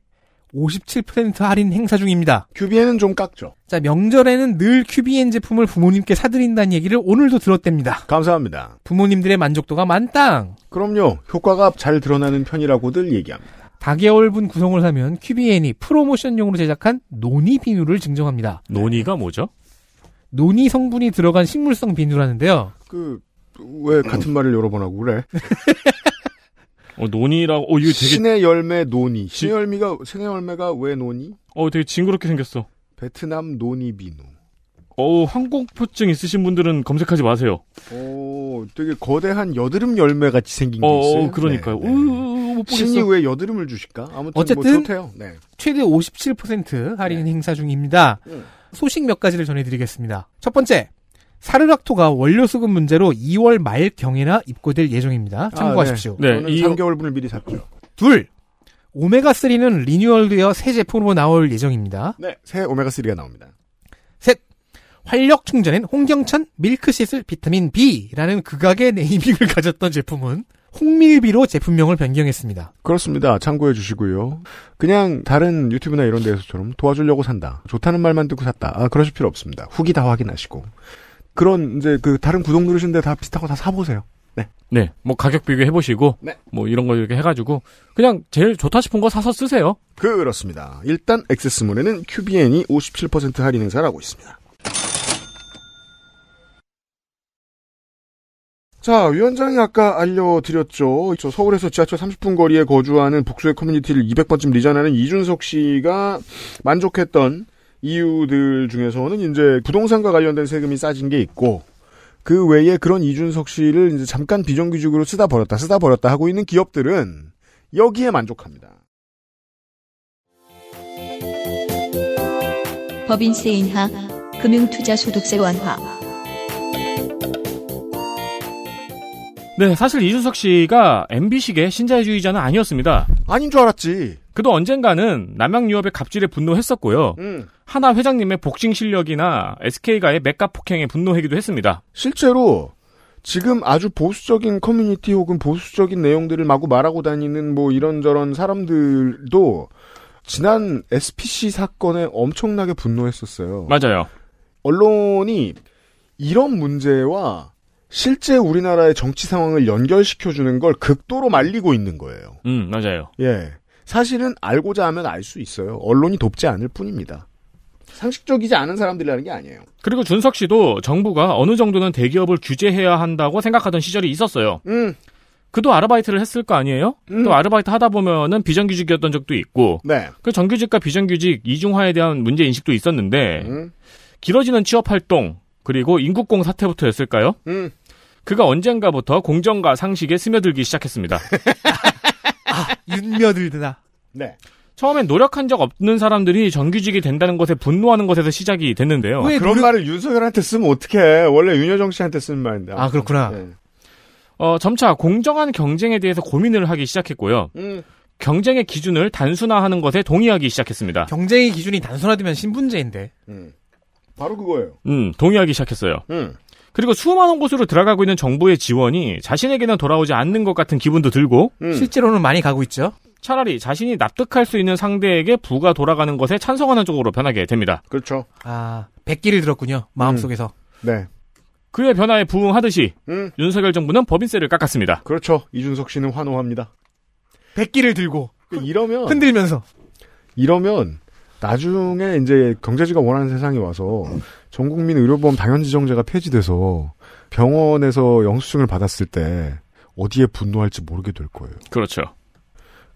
57% 할인 행사 중입니다. 큐비엔은 좀 깎죠. 자, 명절에는 늘 큐비엔 제품을 부모님께 사드린다는 얘기를 오늘도 들었답니다. 감사합니다. 부모님들의 만족도가 만땅. 그럼요. 효과가 잘 드러나는 편이라고들 얘기합니다. 다개월분 구성을 하면 큐비엔이 프로모션용으로 제작한 노니 비누를 증정합니다. 논의가 뭐죠? 노니 성분이 들어간 식물성 비누라는데요. 그, 왜 같은 말을 여러 번 하고 그래? 어, 논의라고, 어, 이거 되게, 신의 열매 노니. 신의 열매가, 신의 열매가 왜 노니? 어, 되게 징그럽게 생겼어. 베트남 노니 비누. 어, 항공포증 있으신 분들은 검색하지 마세요. 오, 되게 거대한 여드름 열매 같이 생긴 게 어, 있어요. 어, 그러니까요. 네, 네. 우, 우, 우, 못 보겠어. 신이 왜 여드름을 주실까? 아무튼 어쨌든- 뭐 좋대요. 네. 최대 57% 할인 네. 행사 중입니다. 소식 몇 가지를 전해드리겠습니다. 첫 번째, 사르락토가 원료 수급 문제로 2월 말 경에나 입고될 예정입니다. 참고하십시오. 네, 아, 저는 이- 3개월분을 미리 샀죠. 둘, 오메가3는 리뉴얼되어 새 제품으로 나올 예정입니다. 네, 새 오메가3가 나옵니다. 활력 충전엔 홍경천 밀크시슬 비타민 B라는 극악의 네이밍을 가졌던 제품은 홍밀비로 제품명을 변경했습니다. 그렇습니다. 참고해 주시고요. 그냥 다른 유튜브나 이런 데에서처럼 도와주려고 산다. 좋다는 말만 듣고 샀다. 아, 그러실 필요 없습니다. 후기 다 확인하시고. 그런 이제 그 다른 구독 누르시는데 다 비슷한 거 다 사보세요. 네, 뭐 가격 비교해보시고, 네. 뭐 이런 거 이렇게 해가지고, 그냥 제일 좋다 싶은 거 사서 쓰세요. 그렇습니다. 일단 액세스몰에는 큐비엔이 57% 할인 행사를 하고 있습니다. 자, 위원장이 아까 알려드렸죠. 저 서울에서 지하철 30분 거리에 거주하는 복수의 커뮤니티를 200번쯤 리전하는 이준석 씨가 만족했던 이유들 중에서는 이제 부동산과 관련된 세금이 싸진 게 있고, 그 외에 그런 이준석 씨를 이제 잠깐 비정규직으로 쓰다 버렸다, 쓰다 버렸다 하고 있는 기업들은 여기에 만족합니다. 법인세 인하, 금융투자소득세 완화, 네, 사실 이준석 씨가 MB식의 신자유주의자는 아니었습니다. 아닌 줄 알았지. 그도 언젠가는 남양유업의 갑질에 분노했었고요. 음. 하나 회장님의 복싱 실력이나 SK가의 맥가 폭행에 분노하기도 했습니다. 실제로 지금 아주 보수적인 커뮤니티 혹은 보수적인 내용들을 마구 말하고 다니는 뭐 이런저런 사람들도 지난 SPC 사건에 엄청나게 분노했었어요. 맞아요. 언론이 이런 문제와 실제 우리나라의 정치 상황을 연결시켜주는 걸 극도로 말리고 있는 거예요. 음, 맞아요. 예. 사실은 알고자 하면 알 수 있어요. 언론이 돕지 않을 뿐입니다. 상식적이지 않은 사람들이라는 게 아니에요. 그리고 준석 씨도 정부가 어느 정도는 대기업을 규제해야 한다고 생각하던 시절이 있었어요. 음, 그도 아르바이트를 했을 거 아니에요? 음. 또 아르바이트 하다 보면은 비정규직이었던 적도 있고, 네. 그 정규직과 비정규직 이중화에 대한 문제 인식도 있었는데, 음, 길어지는 취업 활동, 그리고 인국공 사태부터였을까요? 음. 그가 언젠가부터 공정과 상식에 스며들기 시작했습니다. 윤며들드나. 네. 처음엔 노력한 적 없는 사람들이 정규직이 된다는 것에 분노하는 것에서 시작이 됐는데요. 왜 아, 그런 노력- 말을 윤석열한테 쓰면 어떡해. 원래 윤여정 씨한테 쓰는 말인데. 아, 그렇구나. 네. 어, 점차 공정한 경쟁에 대해서 고민을 하기 시작했고요. 음. 경쟁의 기준을 단순화하는 것에 동의하기 시작했습니다. 경쟁의 기준이 단순화되면 신분제인데. 음. 바로 그거예요. 음, 동의하기 시작했어요. 음. 그리고 수많은 곳으로 들어가고 있는 정부의 지원이 자신에게는 돌아오지 않는 것 같은 기분도 들고 음. 실제로는 많이 가고 있죠. 차라리 자신이 납득할 수 있는 상대에게 부가 돌아가는 것에 찬성하는 쪽으로 변하게 됩니다. 그렇죠. 아, 백기를 들었군요. 마음속에서. 네. 그의 변화에 부응하듯이 음. 윤석열 정부는 법인세를 깎았습니다. 그렇죠. 이준석 씨는 환호합니다. 백기를 들고 이러면 흔들면서. 이러면 나중에 이제 경제지가 원하는 세상이 와서 전 국민 의료보험 당연지정제가 폐지돼서 병원에서 영수증을 받았을 때 어디에 분노할지 모르게 될 거예요. 그렇죠.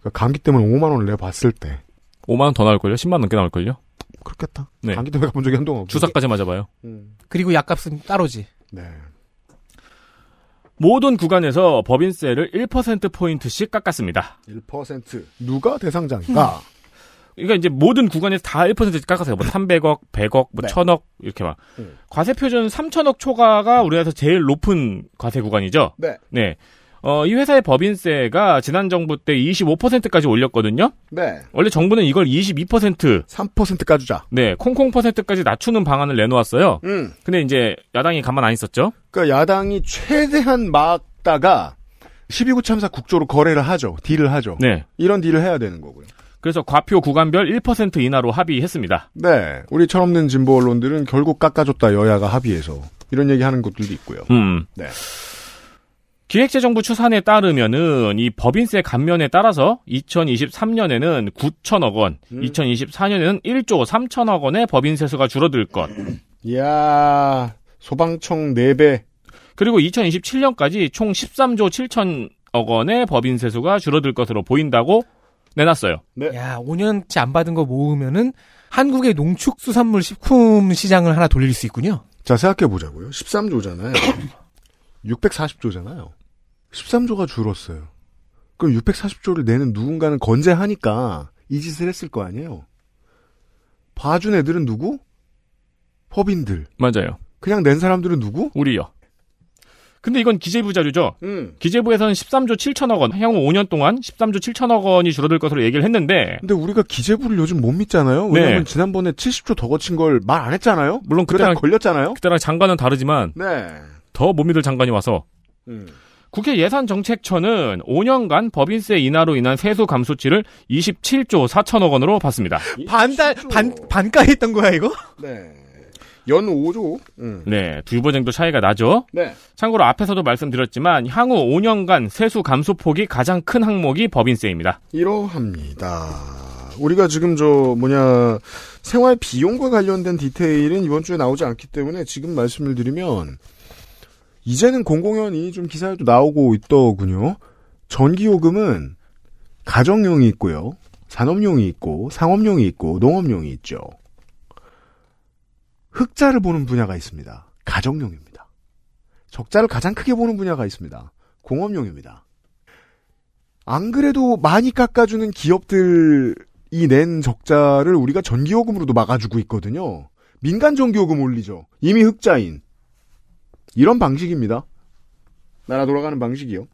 그러니까 감기 때문에 5만 원을 내 봤을 때 5만 원 더 나올걸요? 10만 원 넘게 나올걸요? 그렇겠다. 네. 감기 때문에 가본 적이 한동안 없고. 주사까지 맞아값 맞아봐요. 음. 그리고 약값은 따로지. 네. 모든 구간에서 법인세를 1%포인트씩 깎았습니다. 1% 누가 대상자인가? 그러니까 이제 모든 구간에서 다 1%씩 깎았어요. 뭐 300억, 100억, 뭐 1000억 이렇게 막. 네. 음. 과세 표준 3000억 초과가 우리나라에서 제일 높은 과세 구간이죠. 네. 네. 어, 이 회사의 법인세가 지난 정부 때 25%까지 올렸거든요. 네. 원래 정부는 이걸 22% 3% 까주자. 네, 콩콩 퍼센트까지 낮추는 방안을 내놓았어요. 음. 근데 이제 야당이 가만 안 있었죠. 그러니까 야당이 최대한 막다가 12구 참사 국조로 거래를 하죠. 딜을 하죠. 네. 이런 딜을 해야 되는 거고요. 그래서 과표 구간별 1% 인하로 합의했습니다. 네. 우리 철없는 진보 언론들은 결국 깎아줬다 여야가 합의해서 이런 얘기 하는 것들도 있고요. 음. 네. 기획재정부 추산에 따르면은 이 법인세 감면에 따라서 2023년에는 9천억 원, 2024년에는 1조 3천억 원의 법인세수가 줄어들 것. 이야, 소방청 4배. 그리고 2027년까지 총 13조 7천억 원의 법인세수가 줄어들 것으로 보인다고 내놨어요. 야, 5년치 안 받은 거 모으면은 한국의 농축수산물 식품 시장을 하나 돌릴 수 있군요. 자, 생각해보자고요. 13조잖아요. 640조잖아요. 13조가 줄었어요. 그럼 640조를 내는 누군가는 건재하니까 이 짓을 했을 거 아니에요. 봐준 애들은 누구? 법인들. 맞아요. 그냥 낸 사람들은 누구? 우리요. 근데 이건 기재부 자료죠. 음. 기재부에서는 13조 7천억 원, 향후 5년 동안 13조 7천억 원이 줄어들 것으로 얘기를 했는데, 근데 우리가 기재부를 요즘 못 믿잖아요. 왜냐면 네. 지난번에 70조 더 거친 걸 말 안 했잖아요. 물론 그러다 그때랑, 걸렸잖아요. 그때랑 장관은 다르지만, 네. 더 못 믿을 장관이 와서, 음. 국회 예산정책처는 5년간 법인세 인하로 인한 세수 감소치를 27조 4천억 원으로 봤습니다. 반달, 아, 반, 반가에 했던 거야, 이거? 네. 연 5조. 음. 네, 두 번 정도 차이가 나죠. 네. 참고로 앞에서도 말씀드렸지만, 향후 5년간 세수 감소폭이 가장 큰 항목이 법인세입니다. 이러합니다. 우리가 지금 저 뭐냐 생활 비용과 관련된 디테일은 이번 주에 나오지 않기 때문에 지금 말씀을 드리면 이제는 공공연히 좀 기사에도 나오고 있더군요. 전기요금은 가정용이 있고요. 산업용이 있고 상업용이 있고 농업용이 있죠. 흑자를 보는 분야가 있습니다. 가정용입니다. 적자를 가장 크게 보는 분야가 있습니다. 공업용입니다. 안 그래도 많이 깎아주는 기업들이 낸 적자를 우리가 전기요금으로도 막아주고 있거든요. 민간 전기요금 올리죠. 이미 흑자인. 이런 방식입니다. 나라 돌아가는 방식이요.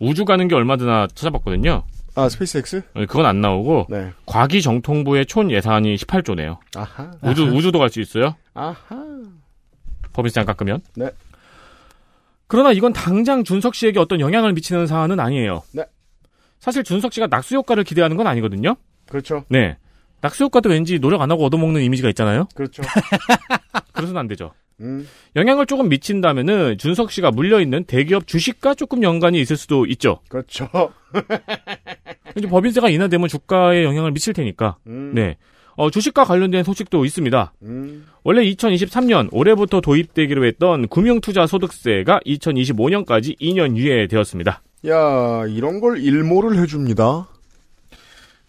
우주 가는 게 얼마나 찾아봤거든요. 아, 스페이스X? 네, 그건 안 나오고, 네. 과기정통부의 총 예산이 18조네요. 아하. 우주, 우주도 갈 수 있어요? 아하. 법인세 안 깎으면? 네. 그러나 이건 당장 준석 씨에게 어떤 영향을 미치는 사안은 아니에요. 네. 사실 준석 씨가 낙수 효과를 기대하는 건 아니거든요? 그렇죠. 네. 낙수 효과도 왠지 노력 안 하고 얻어먹는 이미지가 있잖아요? 그렇죠. 그래서는 안 되죠. 음. 영향을 조금 미친다면은 준석 씨가 물려있는 대기업 주식과 조금 연관이 있을 수도 있죠. 그렇죠. 이제 법인세가 인하되면 주가에 영향을 미칠 테니까. 음. 네. 어, 주식과 관련된 소식도 있습니다. 음. 원래 2023년 올해부터 도입되기로 했던 금융투자소득세가 2025년까지 2년 유예되었습니다. 야, 이런 걸 일모를 해줍니다.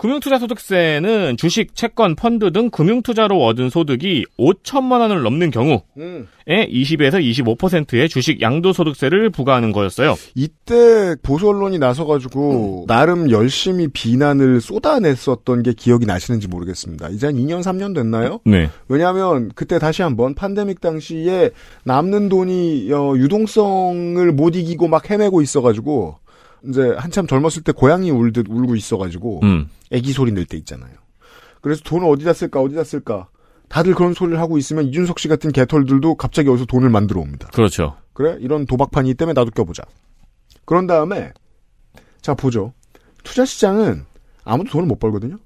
금융투자소득세는 주식, 채권, 펀드 등 금융투자로 얻은 소득이 5천만 원을 넘는 경우에 음. 20에서 25%의 주식 양도소득세를 부과하는 거였어요. 이때 보수 언론이 나서가지고 나름 열심히 비난을 쏟아냈었던 게 기억이 나시는지 모르겠습니다. 이제 한 2년 3년 됐나요? 네. 왜냐하면 그때 다시 한번 팬데믹 당시에 남는 돈이 어, 유동성을 못 이기고 막 헤매고 있어가지고 이제 한참 젊었을 때 고양이 울듯 울고 있어가지고 음. 애기 소리 낼 때 있잖아요. 그래서 돈을 어디다 쓸까 어디다 쓸까 다들 그런 소리를 하고 있으면 이준석 씨 같은 개털들도 갑자기 어디서 돈을 만들어 옵니다. 그렇죠. 그래 이런 도박판이 기 때문에 나도 껴보자. 그런 다음에 자 보죠. 투자 시장은 아무도 돈을 못 벌거든요.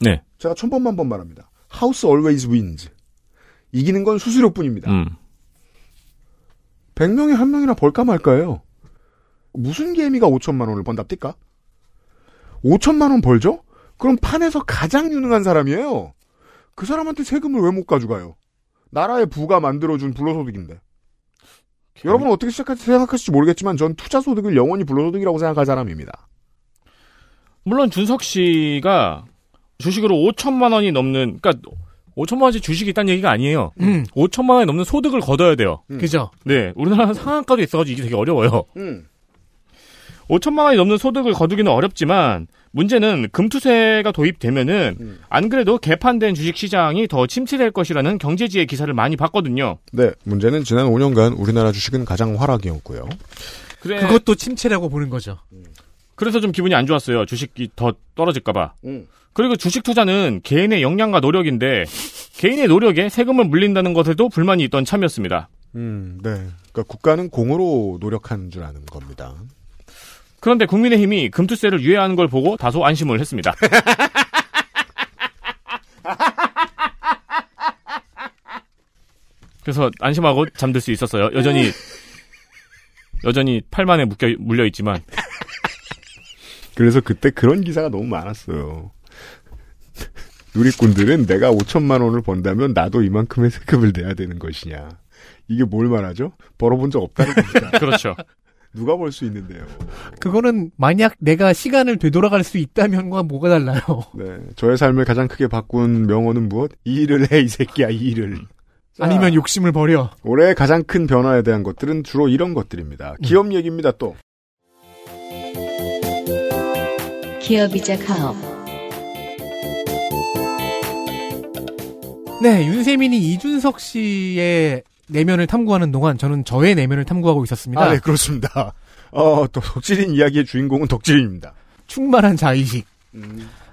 네. 제가 천 번만 번 말합니다. 하우스 always wins. 이기는 건 수수료뿐입니다. 음. 100명에 한명이나 벌까 말까요. 무슨 개미가 5천만 원을 번답니까? 5천만 원 벌죠? 그럼 판에서 가장 유능한 사람이에요. 그 사람한테 세금을 왜 못 가져가요? 나라의 부가 만들어준 불로소득인데. 여러분 어떻게 시작할지 생각하실지 모르겠지만 전 투자소득을 영원히 불로소득이라고 생각할 사람입니다. 물론 준석 씨가 주식으로 5천만 원이 넘는 그러니까 5천만 원씩 주식이 있다는 얘기가 아니에요. 음. 5천만 원이 넘는 소득을 거둬야 돼요. 그죠? 네, 우리나라는 상한가도 있어가지고 이게 되게 어려워요. 음. 5천만 원이 넘는 소득을 거두기는 어렵지만 문제는 금투세가 도입되면은 음. 안 그래도 개판된 주식 시장이 더 침체될 것이라는 경제지의 기사를 많이 봤거든요. 네, 문제는 지난 5년간 우리나라 주식은 가장 화락이었고요. 그래, 네. 그것도 침체라고 보는 거죠. 그래서 좀 기분이 안 좋았어요. 주식이 더 떨어질까봐. 음. 그리고 주식 투자는 개인의 역량과 노력인데 개인의 노력에 세금을 물린다는 것에도 불만이 있던 참이었습니다. 음, 네. 그러니까 국가는 공으로 노력하는 줄 아는 겁니다. 그런데 국민의힘이 금투세를 유예하는 걸 보고 다소 안심을 했습니다. 그래서 안심하고 잠들 수 있었어요. 여전히 여전히 팔만에 묶여 물려 있지만 그래서 그때 그런 기사가 너무 많았어요. 누리꾼들은 내가 5천만 원을 번다면 나도 이만큼의 세금을 내야 되는 것이냐. 이게 뭘 말하죠? 벌어본 적 없다는 겁니다. 그렇죠. 누가 벌 수 있는데요. 그거는 만약 내가 시간을 되돌아갈 수 있다면과 뭐가 달라요? 네. 저의 삶을 가장 크게 바꾼 명언은 무엇? 이 일을 해, 이 새끼야, 이 일을. 자, 아니면 욕심을 버려. 올해 가장 큰 변화에 대한 것들은 주로 이런 것들입니다. 기업 얘기입니다, 또. 기업이자 가업. 네, 윤세민이 이준석 씨의 내면을 탐구하는 동안 저는 저의 내면을 탐구하고 있었습니다. 아, 네, 그렇습니다. 어, 또, 덕질인 이야기의 주인공은 덕질인입니다. 음. 충만한 자의식.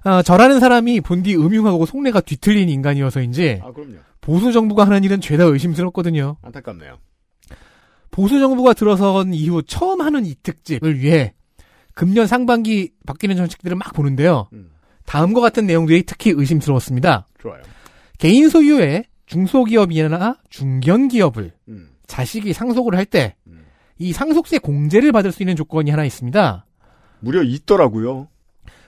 아, 저라는 사람이 본디 음흉하고 속내가 뒤틀린 인간이어서인지 아, 그럼요. 보수 정부가 하는 일은 죄다 의심스럽거든요. 안타깝네요. 보수 정부가 들어선 이후 처음 하는 이 특집을 위해 금년 상반기 바뀌는 정책들을 막 보는데요. 음. 다음과 같은 내용들이 특히 의심스러웠습니다. 좋아요. 개인 소유의 중소기업이나 중견기업을 음. 자식이 상속을 할 때 이 음. 상속세 공제를 받을 수 있는 조건이 하나 있습니다. 무려 있더라고요.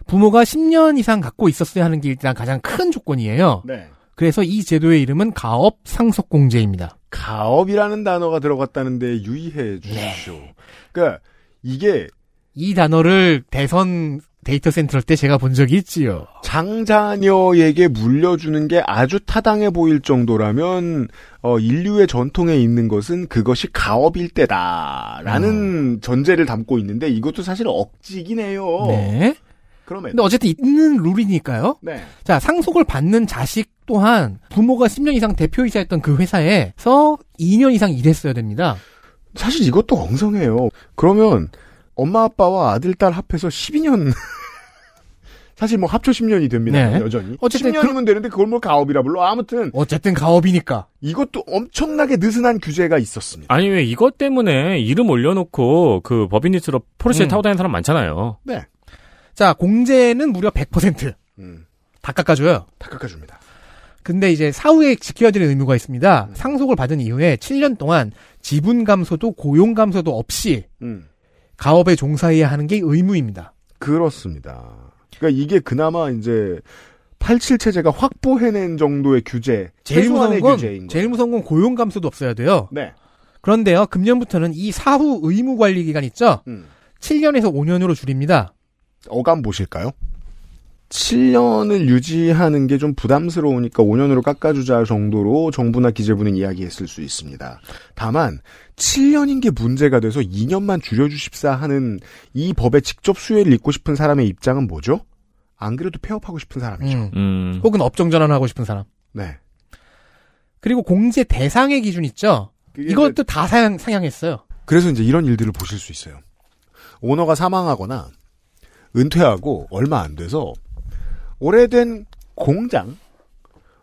부모가 10년 이상 갖고 있었어야 하는 게 일단 가장 큰 조건이에요. 네. 그래서 이 제도의 이름은 가업 상속 공제입니다. 가업이라는 단어가 들어갔다는데 유의해 주십시오. 그러니까 이게 이 단어를 대선 데이터 센터 때 제가 본 적이 있지요. 장자녀에게 물려주는 게 아주 타당해 보일 정도라면 어, 인류의 전통에 있는 것은 그것이 가업일 때다라는 전제를 담고 있는데 이것도 사실 억지긴 해요. 네. 그러면 근데 어쨌든 있는 룰이니까요. 네. 자, 상속을 받는 자식 또한 부모가 10년 이상 대표이사였던 그 회사에서 2년 이상 일했어야 됩니다. 사실 이것도 엉성해요. 그러면 엄마 아빠와 아들 딸 합해서 12년 사실 뭐 합쳐 10년이 됩니다. 네. 여전히 어쨌든 10년이면 되는데 그걸 뭘 가업이라 불러 아무튼 어쨌든 가업이니까. 이것도 엄청나게 느슨한 규제가 있었습니다. 아니 왜 이것 때문에 이름 올려놓고 그 법인리스로 포르쉐 음. 타고 다니는 사람 많잖아요. 네, 자, 공제는 무려 100%다 음, 깎아줘요. 다 깎아줍니다. 근데 이제 사후에 지켜야 되는 의무가 있습니다. 음. 상속을 받은 이후에 7년 동안 지분 감소도 고용 감소도 없이 음, 가업에 종사해야 하는 게 의무입니다. 그렇습니다. 그러니까 이게 그나마 이제 87 체제가 확보해낸 정도의 규제, 제일 최소한의 무서운 건 규제인 제일 거예요. 무서운 건 고용 감소도 없어야 돼요. 네, 그런데요, 금년부터는 이 사후 의무 관리 기간 있죠? 음. 7년에서 5년으로 줄입니다. 어감 보실까요? 7년을 유지하는 게 좀 부담스러우니까 5년으로 깎아주자 정도로 정부나 기재부는 이야기했을 수 있습니다. 다만 7년인 게 문제가 돼서 2년만 줄여주십사 하는 이 법에 직접 수혜를 입고 싶은 사람의 입장은 뭐죠? 안 그래도 폐업하고 싶은 사람이죠. 음. 음. 혹은 업종 전환하고 싶은 사람. 네. 그리고 공제 대상의 기준 있죠? 이것도 다 상향, 상향했어요. 그, 그래서 이제 이런 일들을 보실 수 있어요. 오너가 사망하거나 은퇴하고 얼마 안 돼서 오래된 공장,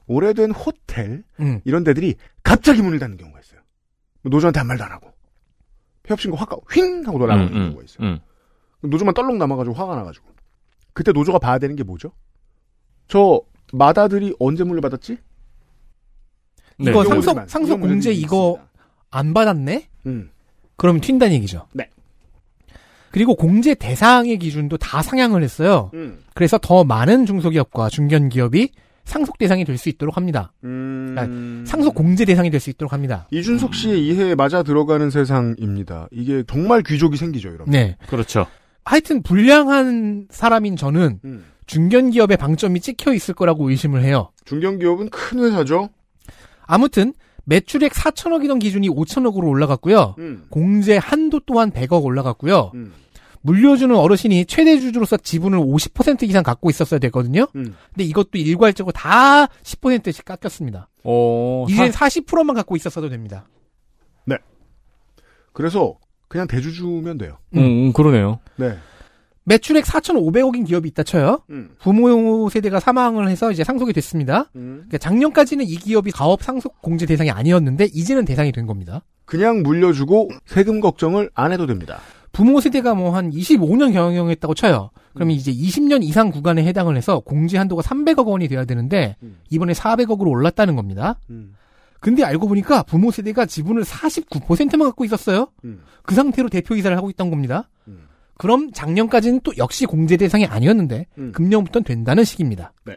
오래된 호텔 음. 이런 데들이 갑자기 문을 닫는 경우가 있어요. 노조한테 한 말도 안 하고 폐업 신고 확 가고 휙 하고 음, 돌아가는 음, 경우가 있어요. 음. 노조만 떨렁 남아가지고 화가 나가지고 그때 노조가 봐야 되는 게 뭐죠? 저 마다들이 언제 물을 받았지? 네. 이거 이런 상속- 문제들만- 상속 이런 문제들이 공제 이거- 있습니다. 안 받았네? 음, 그러면 튄다는 얘기죠. 네. 그리고 공제 대상의 기준도 다 상향을 했어요. 음, 그래서 더 많은 중소기업과 중견기업이 상속 대상이 될 수 있도록 합니다. 음. 상속 공제 대상이 될 수 있도록 합니다. 이준석 씨의 이해에 맞아 들어가는 세상입니다. 이게 정말 귀족이 생기죠, 이러면. 네. 그렇죠. 하여튼 불량한 사람인 저는 음. 중견기업의 방점이 찍혀 있을 거라고 의심을 해요. 중견기업은 큰 회사죠. 아무튼 매출액 4천억이던 기준이 5천억으로 올라갔고요. 음. 공제 한도 또한 100억 올라갔고요. 음. 물려주는 어르신이 최대 주주로서 지분을 50% 이상 갖고 있었어야 되거든요. 음. 근데 이것도 일괄적으로 다 10%씩 깎였습니다. 어, 이젠 사- 40%만 갖고 있었어도 됩니다. 그래서 그냥 대주주면 돼요. 음, 음, 그러네요. 네. 매출액 4,500억인 기업이 있다 쳐요. 음. 부모 세대가 사망을 해서 이제 상속이 됐습니다. 음. 그러니까 작년까지는 이 기업이 가업 상속 공제 대상이 아니었는데 이제는 대상이 된 겁니다. 그냥 물려주고 세금 걱정을 안 해도 됩니다. 부모 세대가 뭐 한 25년 경영했다고 쳐요. 음. 그러면 이제 20년 이상 구간에 해당을 해서 공제 한도가 300억 원이 돼야 되는데 음. 이번에 400억으로 올랐다는 겁니다. 근데 알고 보니까 부모 세대가 지분을 49%만 갖고 있었어요. 음. 그 상태로 대표 이사를 하고 있던 겁니다. 음. 그럼 작년까지는 또 역시 공제 대상이 아니었는데 음. 금년부터는 된다는 식입니다. 네.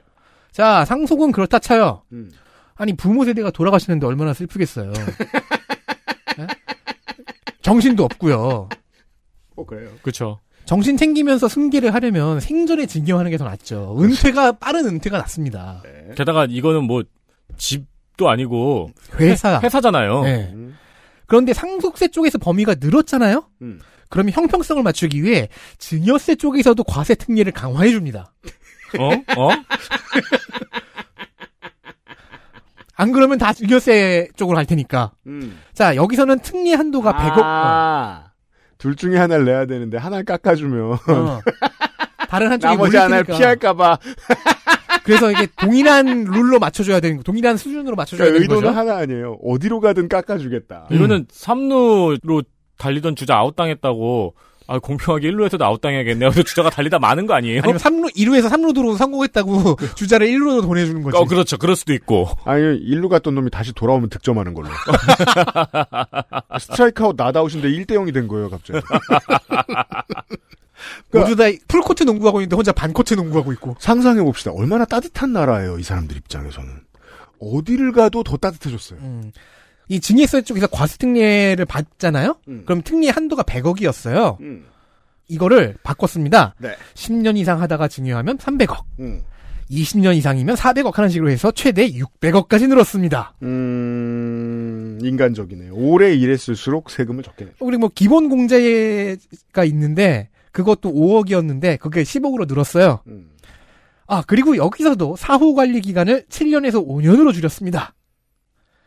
자 상속은 그렇다 쳐요. 음. 아니 부모 세대가 돌아가시는데 얼마나 슬프겠어요. 네? 정신도 없고요. 어, 그래요. 그렇죠. 정신 챙기면서 승계를 하려면 생전에 진경하는 게 더 낫죠. 은퇴가 빠른 은퇴가 낫습니다. 네. 게다가 이거는 뭐 집도 아니고 회사. 회사잖아요. 네. 음. 그런데 상속세 쪽에서 범위가 늘었잖아요. 음. 그러면 형평성을 맞추기 위해 증여세 쪽에서도 과세 특례를 강화해 줍니다. 어? 어? 안 그러면 다 증여세 쪽으로 갈 테니까. 음. 자 여기서는 특례 한도가 100억. 아. 둘 중에 하나를 내야 되는데 하나를 깎아주면 어. 다른 한쪽이 나머지 하나를 몰릴 테니까. 피할까봐 그래서 이게 동일한 룰로 맞춰줘야 되는 거, 동일한 수준으로 맞춰줘야 그러니까 되는 의도는 거죠. 하나 아니에요. 어디로 가든 깎아주겠다. 음. 이거는 삼루로 달리던 주자 아웃당했다고 아, 공평하게 일루에서도 아웃당해야겠네요. 그래서 주자가 달리다 많은 거 아니에요? 아니면 3루 2루에서 3루 들어온 성공했다고 그- 주자를 1루로 보내주는 거지. 어, 그렇죠. 그럴 수도 있고. 아니 일로 갔던 놈이 다시 돌아오면 득점하는 걸로. 스트라이크아웃 나다웃인데 1대 0이 된 거예요 갑자기. 모두 다 풀코트 농구하고 있는데 혼자 반코트 농구하고 있고. 상상해 봅시다. 얼마나 따뜻한 나라예요 이 사람들 입장에서는. 어디를 가도 더 따뜻해졌어요. 음. 이 증여세 쪽에서 과세특례를 받잖아요? 음. 그럼 특례 한도가 100억이었어요. 음. 이거를 바꿨습니다. 네. 10년 이상 하다가 증여하면 300억, 음. 20년 이상이면 400억 하는 식으로 해서 최대 600억까지 늘었습니다. 음, 인간적이네요. 오래 일했을수록 세금을 적게 내죠. 그리고 뭐 기본 공제가 있는데 그것도 5억이었는데 그게 10억으로 늘었어요. 음. 아, 그리고 여기서도 사후 관리 기간을 7년에서 5년으로 줄였습니다.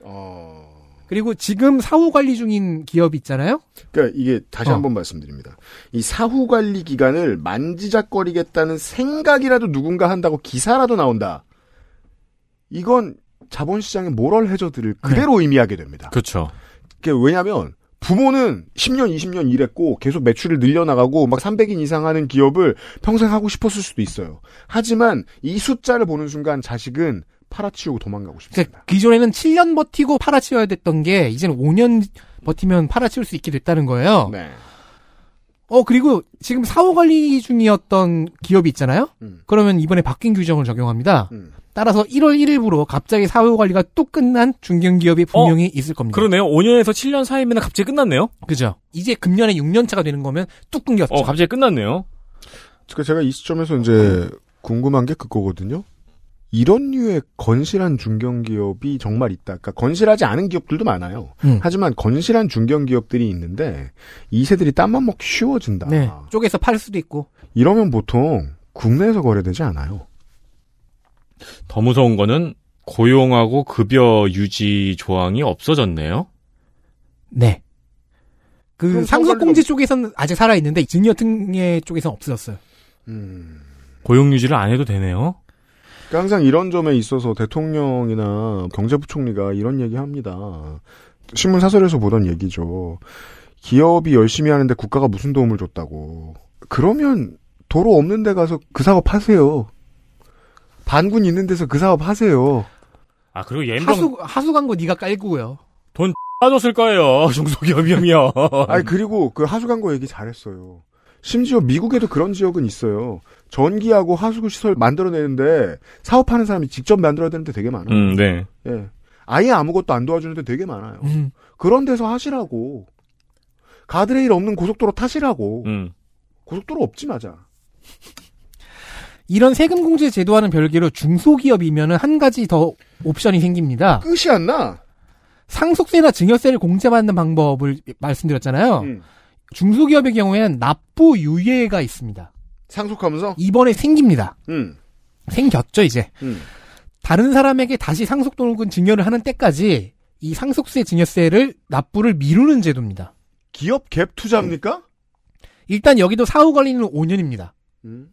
어. 그리고 지금 사후 관리 중인 기업이 있잖아요. 그러니까 이게 다시 어. 한번 말씀드립니다. 이 사후 관리 기간을 만지작거리겠다는 생각이라도 누군가 한다고 기사라도 나온다. 이건 자본시장의 모럴 해저드를 그대로 의미하게 됩니다. 그렇죠. 그게 왜냐하면 부모는 10년, 20년 일했고 계속 매출을 늘려나가고 막 300인 이상 하는 기업을 평생 하고 싶었을 수도 있어요. 하지만 이 숫자를 보는 순간 자식은 팔아치우고 도망가고 그러니까 싶습니다. 기존에는 7년 버티고 팔아치워야 됐던 게 이제는 5년 버티면 팔아치울 수 있게 됐다는 거예요. 네. 어 그리고 지금 사후 관리 중이었던 기업이 있잖아요. 음. 그러면 이번에 바뀐 규정을 적용합니다. 음. 따라서 1월 1일부로 갑자기 사후 관리가 또 끝난 중견기업이 분명히 있을 겁니다. 어, 그러네요. 5년에서 7년 사이면 갑자기 끝났네요. 그죠? 이제 금년에 6년 차가 되는 거면 뚝 끊겼죠. 어, 갑자기 끝났네요. 그러니까 제가 이 시점에서 이제 궁금한 게 그거거든요. 이런 류의 건실한 중견기업이 정말 있다. 그러니까 건실하지 않은 기업들도 많아요. 음. 하지만 건실한 중견기업들이 있는데 이 새들이 땀만 먹기 쉬워진다. 네. 쪼개서 팔 수도 있고. 이러면 보통 국내에서 거래되지 않아요. 더 무서운 거는 고용하고 급여 유지 조항이 없어졌네요. 네. 그 그럼 상속 사후 공제 쪽에서는 아직 살아 있는데 증여 특례 쪽에서는 없어졌어요. 음. 고용 유지를 안 해도 되네요. 그러니까 항상 이런 점에 있어서 대통령이나 경제부총리가 이런 얘기 합니다. 신문 사설에서 보던 얘기죠. 기업이 열심히 하는데 국가가 무슨 도움을 줬다고. 그러면 도로 없는 데 가서 그 사업 하세요. 반군 있는 데서 그 사업 하세요. 아, 그리고 옌병 하수 하수 광고 네가 깔고요. 빠졌을 거예요. 중소기업이면. 아니 그리고 그 하수관고 얘기 잘했어요. 심지어 미국에도 그런 지역은 있어요. 전기하고 하수구 시설 만들어내는데 사업하는 사람이 직접 만들어야 되는데 되게 많아요. 음, 네. 예. 아예 아무것도 안 도와주는데 되게 많아요. 음. 그런 데서 하시라고. 음. 가드레일 없는 고속도로 타시라고. 음. 고속도로 없지 맞아. 이런 세금 공제 제도와는 별개로 중소기업이면 한 가지 더 옵션이 생깁니다. 끝이 안 나. 상속세나 증여세를 공제받는 방법을 말씀드렸잖아요. 음. 중소기업의 경우에는 납부 유예가 있습니다. 상속하면서. 이번에 생깁니다. 음. 생겼죠, 이제. 음. 다른 사람에게 다시 상속 또는 증여를 하는 때까지 이 상속세 증여세를 납부를 미루는 제도입니다. 기업 갭 투자입니까? 일단 여기도 사후 관리는 5년입니다. 음.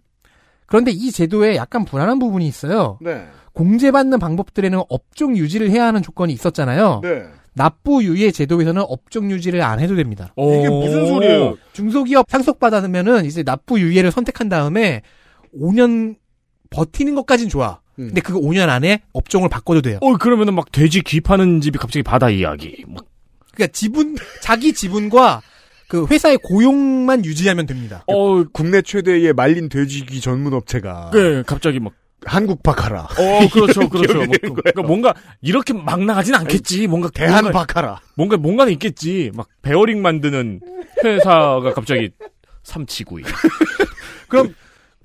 그런데 이 제도에 약간 불안한 부분이 있어요. 네. 공제받는 방법들에는 업종 유지를 해야 하는 조건이 있었잖아요. 네. 납부 유예 제도에서는 업종 유지를 안 해도 됩니다. 이게 무슨 소리예요? 중소기업 상속받으면은 이제 납부 유예를 선택한 다음에 5년 버티는 것까진 좋아. 음. 근데 그 5년 안에 업종을 바꿔도 돼요. 어, 그러면은 막 돼지 귀 파는 집이 갑자기 바다 이야기. 뭐, 막. 그러니까 지분 자기 지분과 그 회사의 고용만 유지하면 됩니다. 어, 국내 최대의 말린 돼지기 전문 업체가 네, 갑자기 막. 한국 박하라, 어, 그렇죠, 그렇죠. 기억이 막 되는 그, 러니까 뭔가 이렇게 막 나가진 않겠지. 뭔가 대한 뭔가, 박하라. 뭔가 뭔가는 있겠지. 막 베어링 만드는 회사가 갑자기 삼치구이. 그럼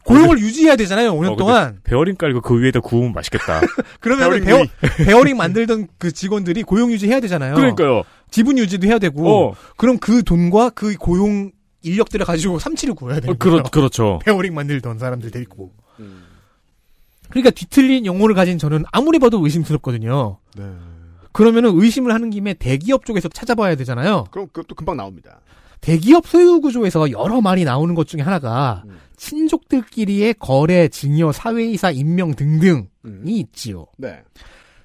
고용을 유지해야 되잖아요. 5년 어, 근데 동안. 베어링 깔고 그 위에다 구우면 맛있겠다. 그러면 베어, 베어링 베어링 만들던 그 직원들이 고용 유지해야 되잖아요. 그러니까요. 지분 유지도 해야 되고. 어, 그럼 그 돈과 그 고용 인력들을 가지고 삼치를 구해야 되는 어, 거죠. 그렇 그렇죠. 페어링 만들던 사람들 데리고. 음. 그러니까 뒤틀린 용어를 가진 저는 아무리 봐도 의심스럽거든요. 네. 그러면은 의심을 하는 김에 대기업 쪽에서 찾아봐야 되잖아요. 그럼 그것도 금방 나옵니다. 대기업 소유 구조에서 여러 말이 나오는 것 중에 하나가 음. 친족들끼리의 거래, 증여, 사회이사 임명 등등이 음. 있지요. 네.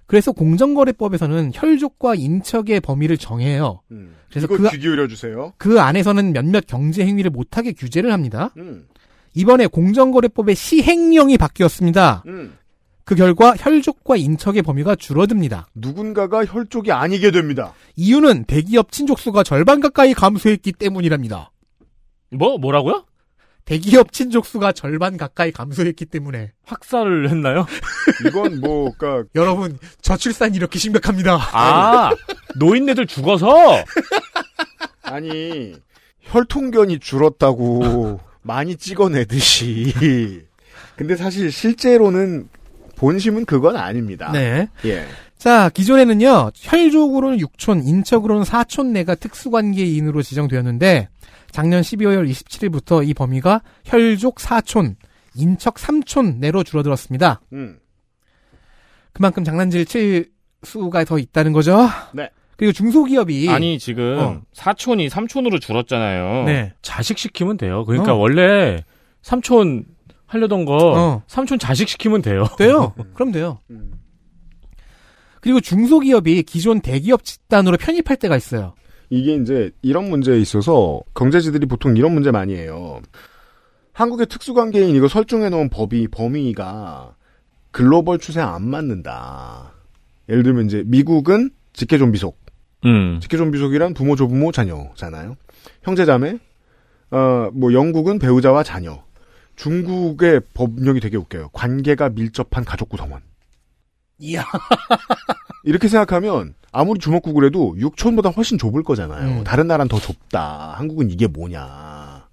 그래서 공정거래법에서는 혈족과 인척의 범위를 정해요. 음. 그래서 이거 그- 귀 기울여 주세요. 그 안에서는 몇몇 경제 행위를 못하게 규제를 합니다. 음. 이번에 공정거래법의 시행령이 바뀌었습니다. 음. 그 결과 혈족과 인척의 범위가 줄어듭니다. 누군가가 혈족이 아니게 됩니다. 이유는 대기업 친족수가 절반 가까이 감소했기 때문이랍니다. 뭐 뭐라고요? 대기업 친족수가 절반 가까이 감소했기 때문에 학살을 했나요? 이건 뭐, 그니까, 여러분 저출산 이렇게 심각합니다. 아, 노인네들 죽어서 아니, 혈통견이 줄었다고 많이 찍어내듯이. 근데 사실 실제로는 본심은 그건 아닙니다. 네. 예. 자 기존에는요 혈족으로는 6촌, 인척으로는 4촌내가 특수관계인으로 지정되었는데 작년 12월 27일부터 이 범위가 혈족 4촌, 인척 3촌내로 줄어들었습니다. 음. 그만큼 장난질 칠 수가 더 있다는 거죠. 네. 그리고 중소기업이 아니 지금 어. 사촌이 삼촌으로 줄었잖아요. 네. 자식 시키면 돼요. 그러니까 어. 원래 삼촌 하려던 거 어. 삼촌 자식 시키면 돼요. 돼요. 그럼 돼요. 음. 그리고 중소기업이 기존 대기업 집단으로 편입할 때가 있어요. 이게 이제 이런 문제에 있어서 경제지들이 보통 이런 문제 많이 해요. 한국의 특수관계인 이거 설정해 놓은 법이 범위가 글로벌 추세 안 맞는다. 예를 들면 이제 미국은 직계존비속, 음. 직계존비속이란 부모, 조부모, 자녀잖아요. 형제자매. 어, 뭐 영국은 배우자와 자녀. 중국의 법령이 되게 웃겨요. 관계가 밀접한 가족 구성원. 이야. 이렇게 생각하면 아무리 주먹구글 해도 6촌보다 훨씬 좁을 거잖아요. 음. 다른 나라는 더 좁다. 한국은 이게 뭐냐.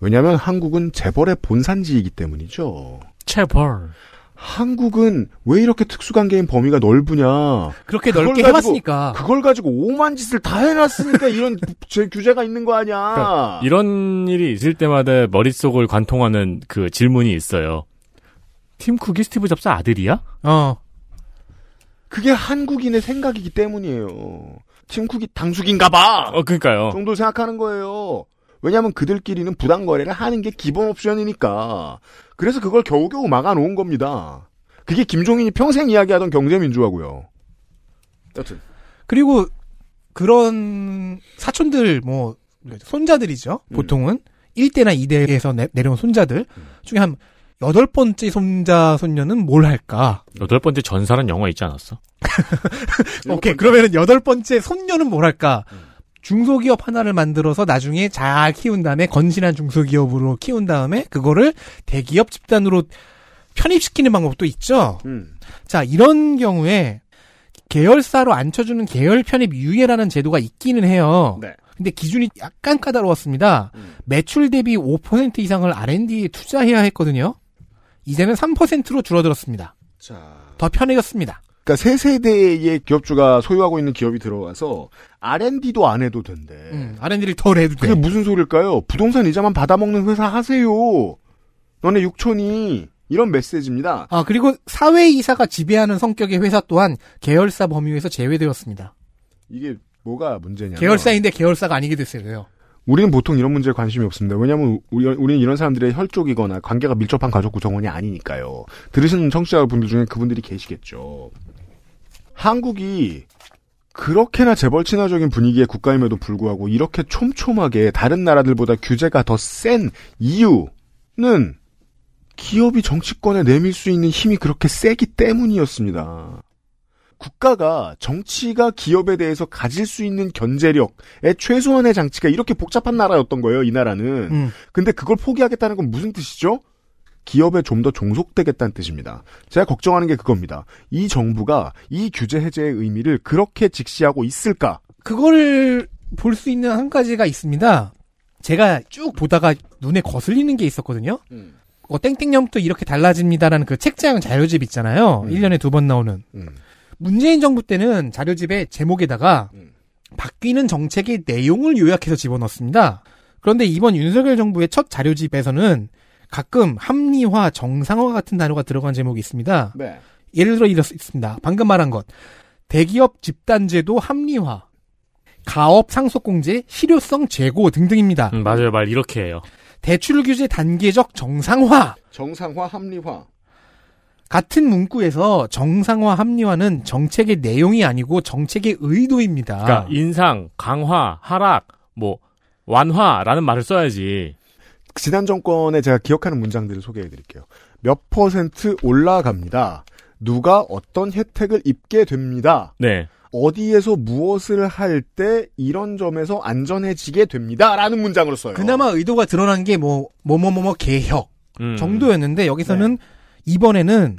왜냐하면 한국은 재벌의 본산지이기 때문이죠. 체벌. 한국은 왜 이렇게 특수관계인 범위가 넓으냐. 그렇게 그걸 넓게 가지고- 해봤으니까. 그걸 가지고 오만 짓을 다 해놨으니까 이런 제 규제가 있는 거 아니야. 그러니까 이런 일이 있을 때마다 머릿속을 관통하는 그 질문이 있어요. 팀쿡이 스티브 잡스 아들이야? 그 어. 그게 한국인의 생각이기 때문이에요. 팀쿡이 당숙인가 봐. 어, 그러니까요. 정도 생각하는 거예요. 왜냐하면 그들끼리는 부당 거래를 하는 게 기본 옵션이니까. 그래서 그걸 겨우겨우 막아놓은 겁니다. 그게 김종인이 평생 이야기하던 경제민주화고요. 여튼 그리고 그런 사촌들 뭐 손자들이죠. 음. 보통은 1대나 2대에서 내, 내려온 손자들 중에 한 여덟 번째 손자 손녀는 뭘 할까? 여덟 번째 전사란 영화 있지 않았어? 오케이 그러면은 여덟 번째 손녀는 뭘 할까? 음. 중소기업 하나를 만들어서 나중에 잘 키운 다음에 건실한 중소기업으로 키운 다음에 그거를 대기업 집단으로 편입시키는 방법도 있죠. 음. 자, 이런 경우에 계열사로 앉혀주는 계열 편입 유예라는 제도가 있기는 해요. 네. 근데 기준이 약간 까다로웠습니다. 음. 매출 대비 5% 이상을 R&D에 투자해야 했거든요. 이제는 3%로 줄어들었습니다. 더 편해졌습니다. 그러니까 세 세대의 기업주가 소유하고 있는 기업이 들어와서 R&D도 안 해도 된대. 음, R&D를 덜 해도 돼. 그게 무슨 소릴까요? 부동산 이자만 받아먹는 회사 하세요. 너네 육촌이 이런 메시지입니다. 아, 그리고 사회이사가 지배하는 성격의 회사 또한 계열사 범위에서 제외되었습니다. 이게 뭐가 문제냐? 계열사인데 계열사가 아니게 됐어요. 우리는 보통 이런 문제에 관심이 없습니다. 왜냐하면 우리, 우리는 이런 사람들의 혈족이거나 관계가 밀접한 가족 구성원이 아니니까요. 들으시는 청취자분들 중에 그분들이 계시겠죠. 한국이 그렇게나 재벌 친화적인 분위기의 국가임에도 불구하고 이렇게 촘촘하게 다른 나라들보다 규제가 더 센 이유는 기업이 정치권에 내밀 수 있는 힘이 그렇게 세기 때문이었습니다. 국가가 정치가 기업에 대해서 가질 수 있는 견제력의 최소한의 장치가 이렇게 복잡한 나라였던 거예요, 이 나라는. 음. 근데 그걸 포기하겠다는 건 무슨 뜻이죠? 기업에 좀 더 종속되겠다는 뜻입니다. 제가 걱정하는 게 그겁니다. 이 정부가 이 규제 해제의 의미를 그렇게 직시하고 있을까? 그걸 볼 수 있는 한 가지가 있습니다. 제가 쭉 보다가 눈에 거슬리는 게 있었거든요. 음. 어, 땡땡년부터 이렇게 달라집니다라는 그 책장 자료집 있잖아요. 음. 1년에 두 번 나오는. 문재인 정부 때는 자료집의 제목에다가 음. 바뀌는 정책의 내용을 요약해서 집어넣습니다. 그런데 이번 윤석열 정부의 첫 자료집에서는 가끔 합리화, 정상화 같은 단어가 들어간 제목이 있습니다. 네. 예를 들어 이렇습니다. 방금 말한 것. 대기업 집단제도 합리화, 가업 상속공제, 실효성 제고 등등입니다. 음, 맞아요. 말 이렇게 해요. 대출 규제 단계적 정상화 정상화, 합리화. 같은 문구에서 정상화 합리화는 정책의 내용이 아니고 정책의 의도입니다. 그러니까 인상, 강화, 하락, 뭐 완화라는 말을 써야지. 지난 정권에 제가 기억하는 문장들을 소개해 드릴게요. 몇 퍼센트 올라갑니다. 누가 어떤 혜택을 입게 됩니다. 네. 어디에서 무엇을 할 때 이런 점에서 안전해지게 됩니다. 라는 문장으로 써요. 그나마 의도가 드러난 게 뭐 뭐뭐뭐뭐 개혁 음. 네. 정도였는데 여기서는 이번에는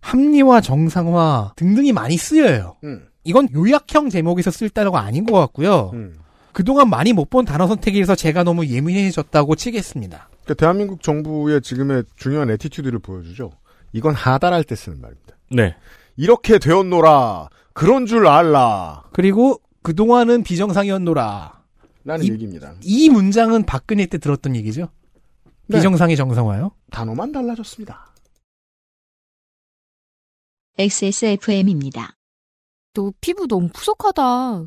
합리화, 정상화 등등이 많이 쓰여요. 음, 이건 요약형 제목에서 쓸 단어가 아닌 것 같고요. 음. 그동안 많이 못 본 단어 선택에서 제가 너무 예민해졌다고 치겠습니다. 그러니까 대한민국 정부의 지금의 중요한 에티튜드를 보여주죠. 이건 하달할 때 쓰는 말입니다. 네. 이렇게 되었노라. 그런 줄 알라. 그리고 그동안은 비정상이었노라. 라는 이- 얘기입니다. 이 문장은 박근혜 때 들었던 얘기죠. 네. 비정상의 정상화요. 단어만 달라졌습니다. XSFM입니다. 너 피부 너무 푸석하다.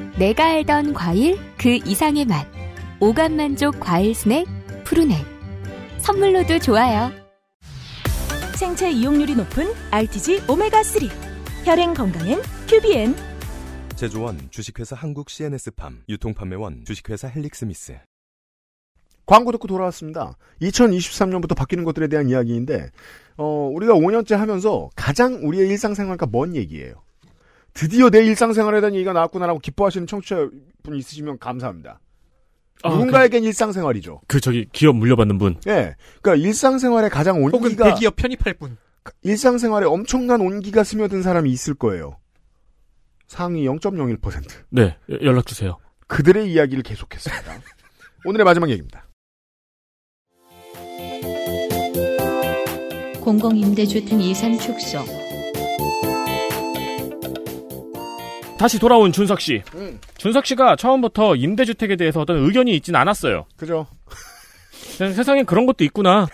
내가 알던 과일 그 이상의 맛. 오감 만족 과일 스낵 푸르넥. 선물로도 좋아요. 생체 이용률이 높은 RTG 오메가3 혈행 건강엔 큐비엔 제조원 주식회사 한국 CNS팜 유통판매원 주식회사 헬릭스미스 광고 듣고 돌아왔습니다. 2023년부터 바뀌는 것들에 대한 이야기인데, 어, 우리가 5년째 하면서 가장 우리의 일상생활과 먼 얘기예요. 드디어 내 일상생활에 대한 얘기가 나왔구나라고 기뻐하시는 청취자분 있으시면 감사합니다. 아, 누군가에겐 일상생활이죠. 그 저기 기업 물려받는 분. 예. 그러니까 일상생활에 가장 혹은 온기가, 대기업 편입할 뿐. 일상생활에 엄청난 온기가 스며든 사람이 있을 거예요. 상위 0.01%. 네. 여- 연락 주세요. 그들의 이야기를 계속했습니다. 오늘의 마지막 얘기입니다. 공공임대주택 예산 축소. 다시 돌아온 준석 씨. 음. 준석 씨가 처음부터 임대주택에 대해서 어떤 의견이 있진 않았어요. 그죠? 그냥 세상에 그런 것도 있구나.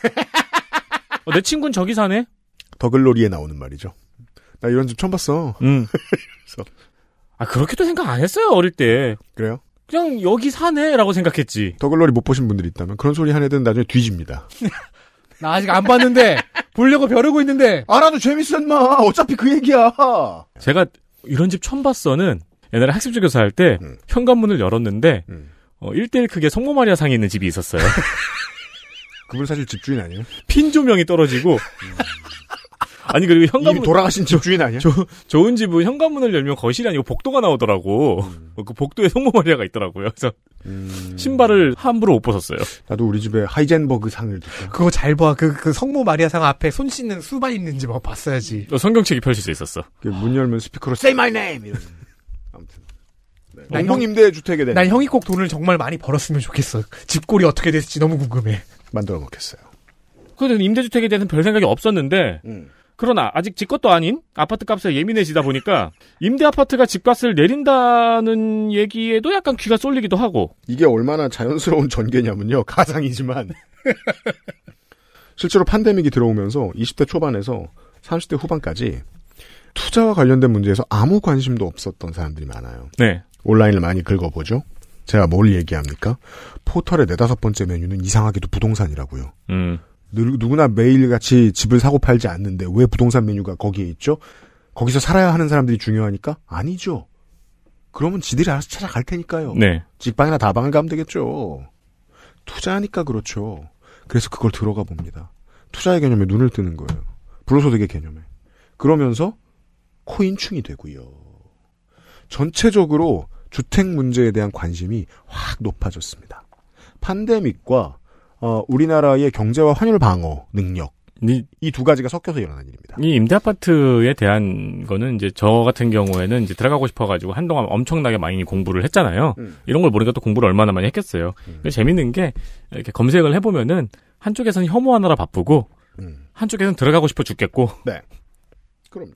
어, 내 친구는 저기 사네. 더글로리에 나오는 말이죠. 나 이런 집 처음 봤어. 음. 아 그렇게도 생각 안 했어요 어릴 때. 그래요? 그냥 여기 사네라고 생각했지. 더글로리 못 보신 분들이 있다면 그런 소리 한 애들은 나중에 뒤집니다. 나 아직 안 봤는데 보려고 벼르고 있는데 알아도 재밌어 인마 어차피 그 얘기야. 제가 이런 집 처음 봤어는 옛날에 학습지교사 할 때 음. 현관문을 열었는데 음. 어, 1대1 크게 성모 마리아 상이 있는 집이 있었어요. 그분 사실 집주인 아니에요? 핀 조명이 떨어지고 아니 그리고 음. 이미 현관문 돌아가신 집 주인 아니야? 저- 좋은 집은 현관문을 열면 거실이 아니고 복도가 나오더라고. 어, 그 복도에 성모마리아가 있더라고요. 그래서 신발을 함부로 못 벗었어요. 나도 우리 집에 하이젠버그 상을 듣고 그거 잘 봐. 그, 그 성모 마리아상 앞에 손 씻는 수만 있는지 뭐 봤어야지. 어, 성경책이 펼쳐져 있었어. 문 열면 스피커로 Say my name 이런. 아무튼 네. 난 공동 임대 주택에 대해 난 형이 꼭 돈을 정말 많이 벌었으면 좋겠어. 집골이 어떻게 됐을지 너무 궁금해. 만들어 놓겠어요. 그런데 임대주택에 대해서는 별 생각이 없었는데 그러나 아직 집 것도 아닌 아파트 값에 예민해지다 보니까 임대 아파트가 집값을 내린다는 얘기에도 약간 귀가 쏠리기도 하고 이게 얼마나 자연스러운 전개냐면요. 가상이지만. 실제로 팬데믹이 들어오면서 20대 초반에서 30대 후반까지 투자와 관련된 문제에서 아무 관심도 없었던 사람들이 많아요. 네. 온라인을 많이 긁어보죠. 제가 뭘 얘기합니까? 포털의 네다섯 번째 메뉴는 이상하게도 부동산이라고요. 음. 누- 누구나 매일같이 집을 사고 팔지 않는데 왜 부동산 메뉴가 거기에 있죠? 거기서 살아야 하는 사람들이 중요하니까? 아니죠. 그러면 지들이 알아서 찾아갈 테니까요. 네. 직방이나 다방을 가면 되겠죠. 투자하니까 그렇죠. 그래서 그걸 들어가 봅니다. 투자의 개념에 눈을 뜨는 거예요. 불로소득의 개념에. 그러면서 코인충이 되고요. 전체적으로 주택 문제에 대한 관심이 확 높아졌습니다. 팬데믹과 어, 우리나라의 경제와 환율 방어 능력 이, 이 두 가지가 섞여서 일어난 일입니다. 이 임대 아파트에 대한 거는 이제 저 같은 경우에는 이제 들어가고 싶어가지고 한동안 엄청나게 많이 공부를 했잖아요. 음. 이런 걸 모르니까 또 공부를 얼마나 많이 했겠어요. 근데 재밌는 게 이렇게 검색을 해보면은 한쪽에서는 혐오하느라 바쁘고 음, 한쪽에서는 들어가고 싶어 죽겠고 그럼요.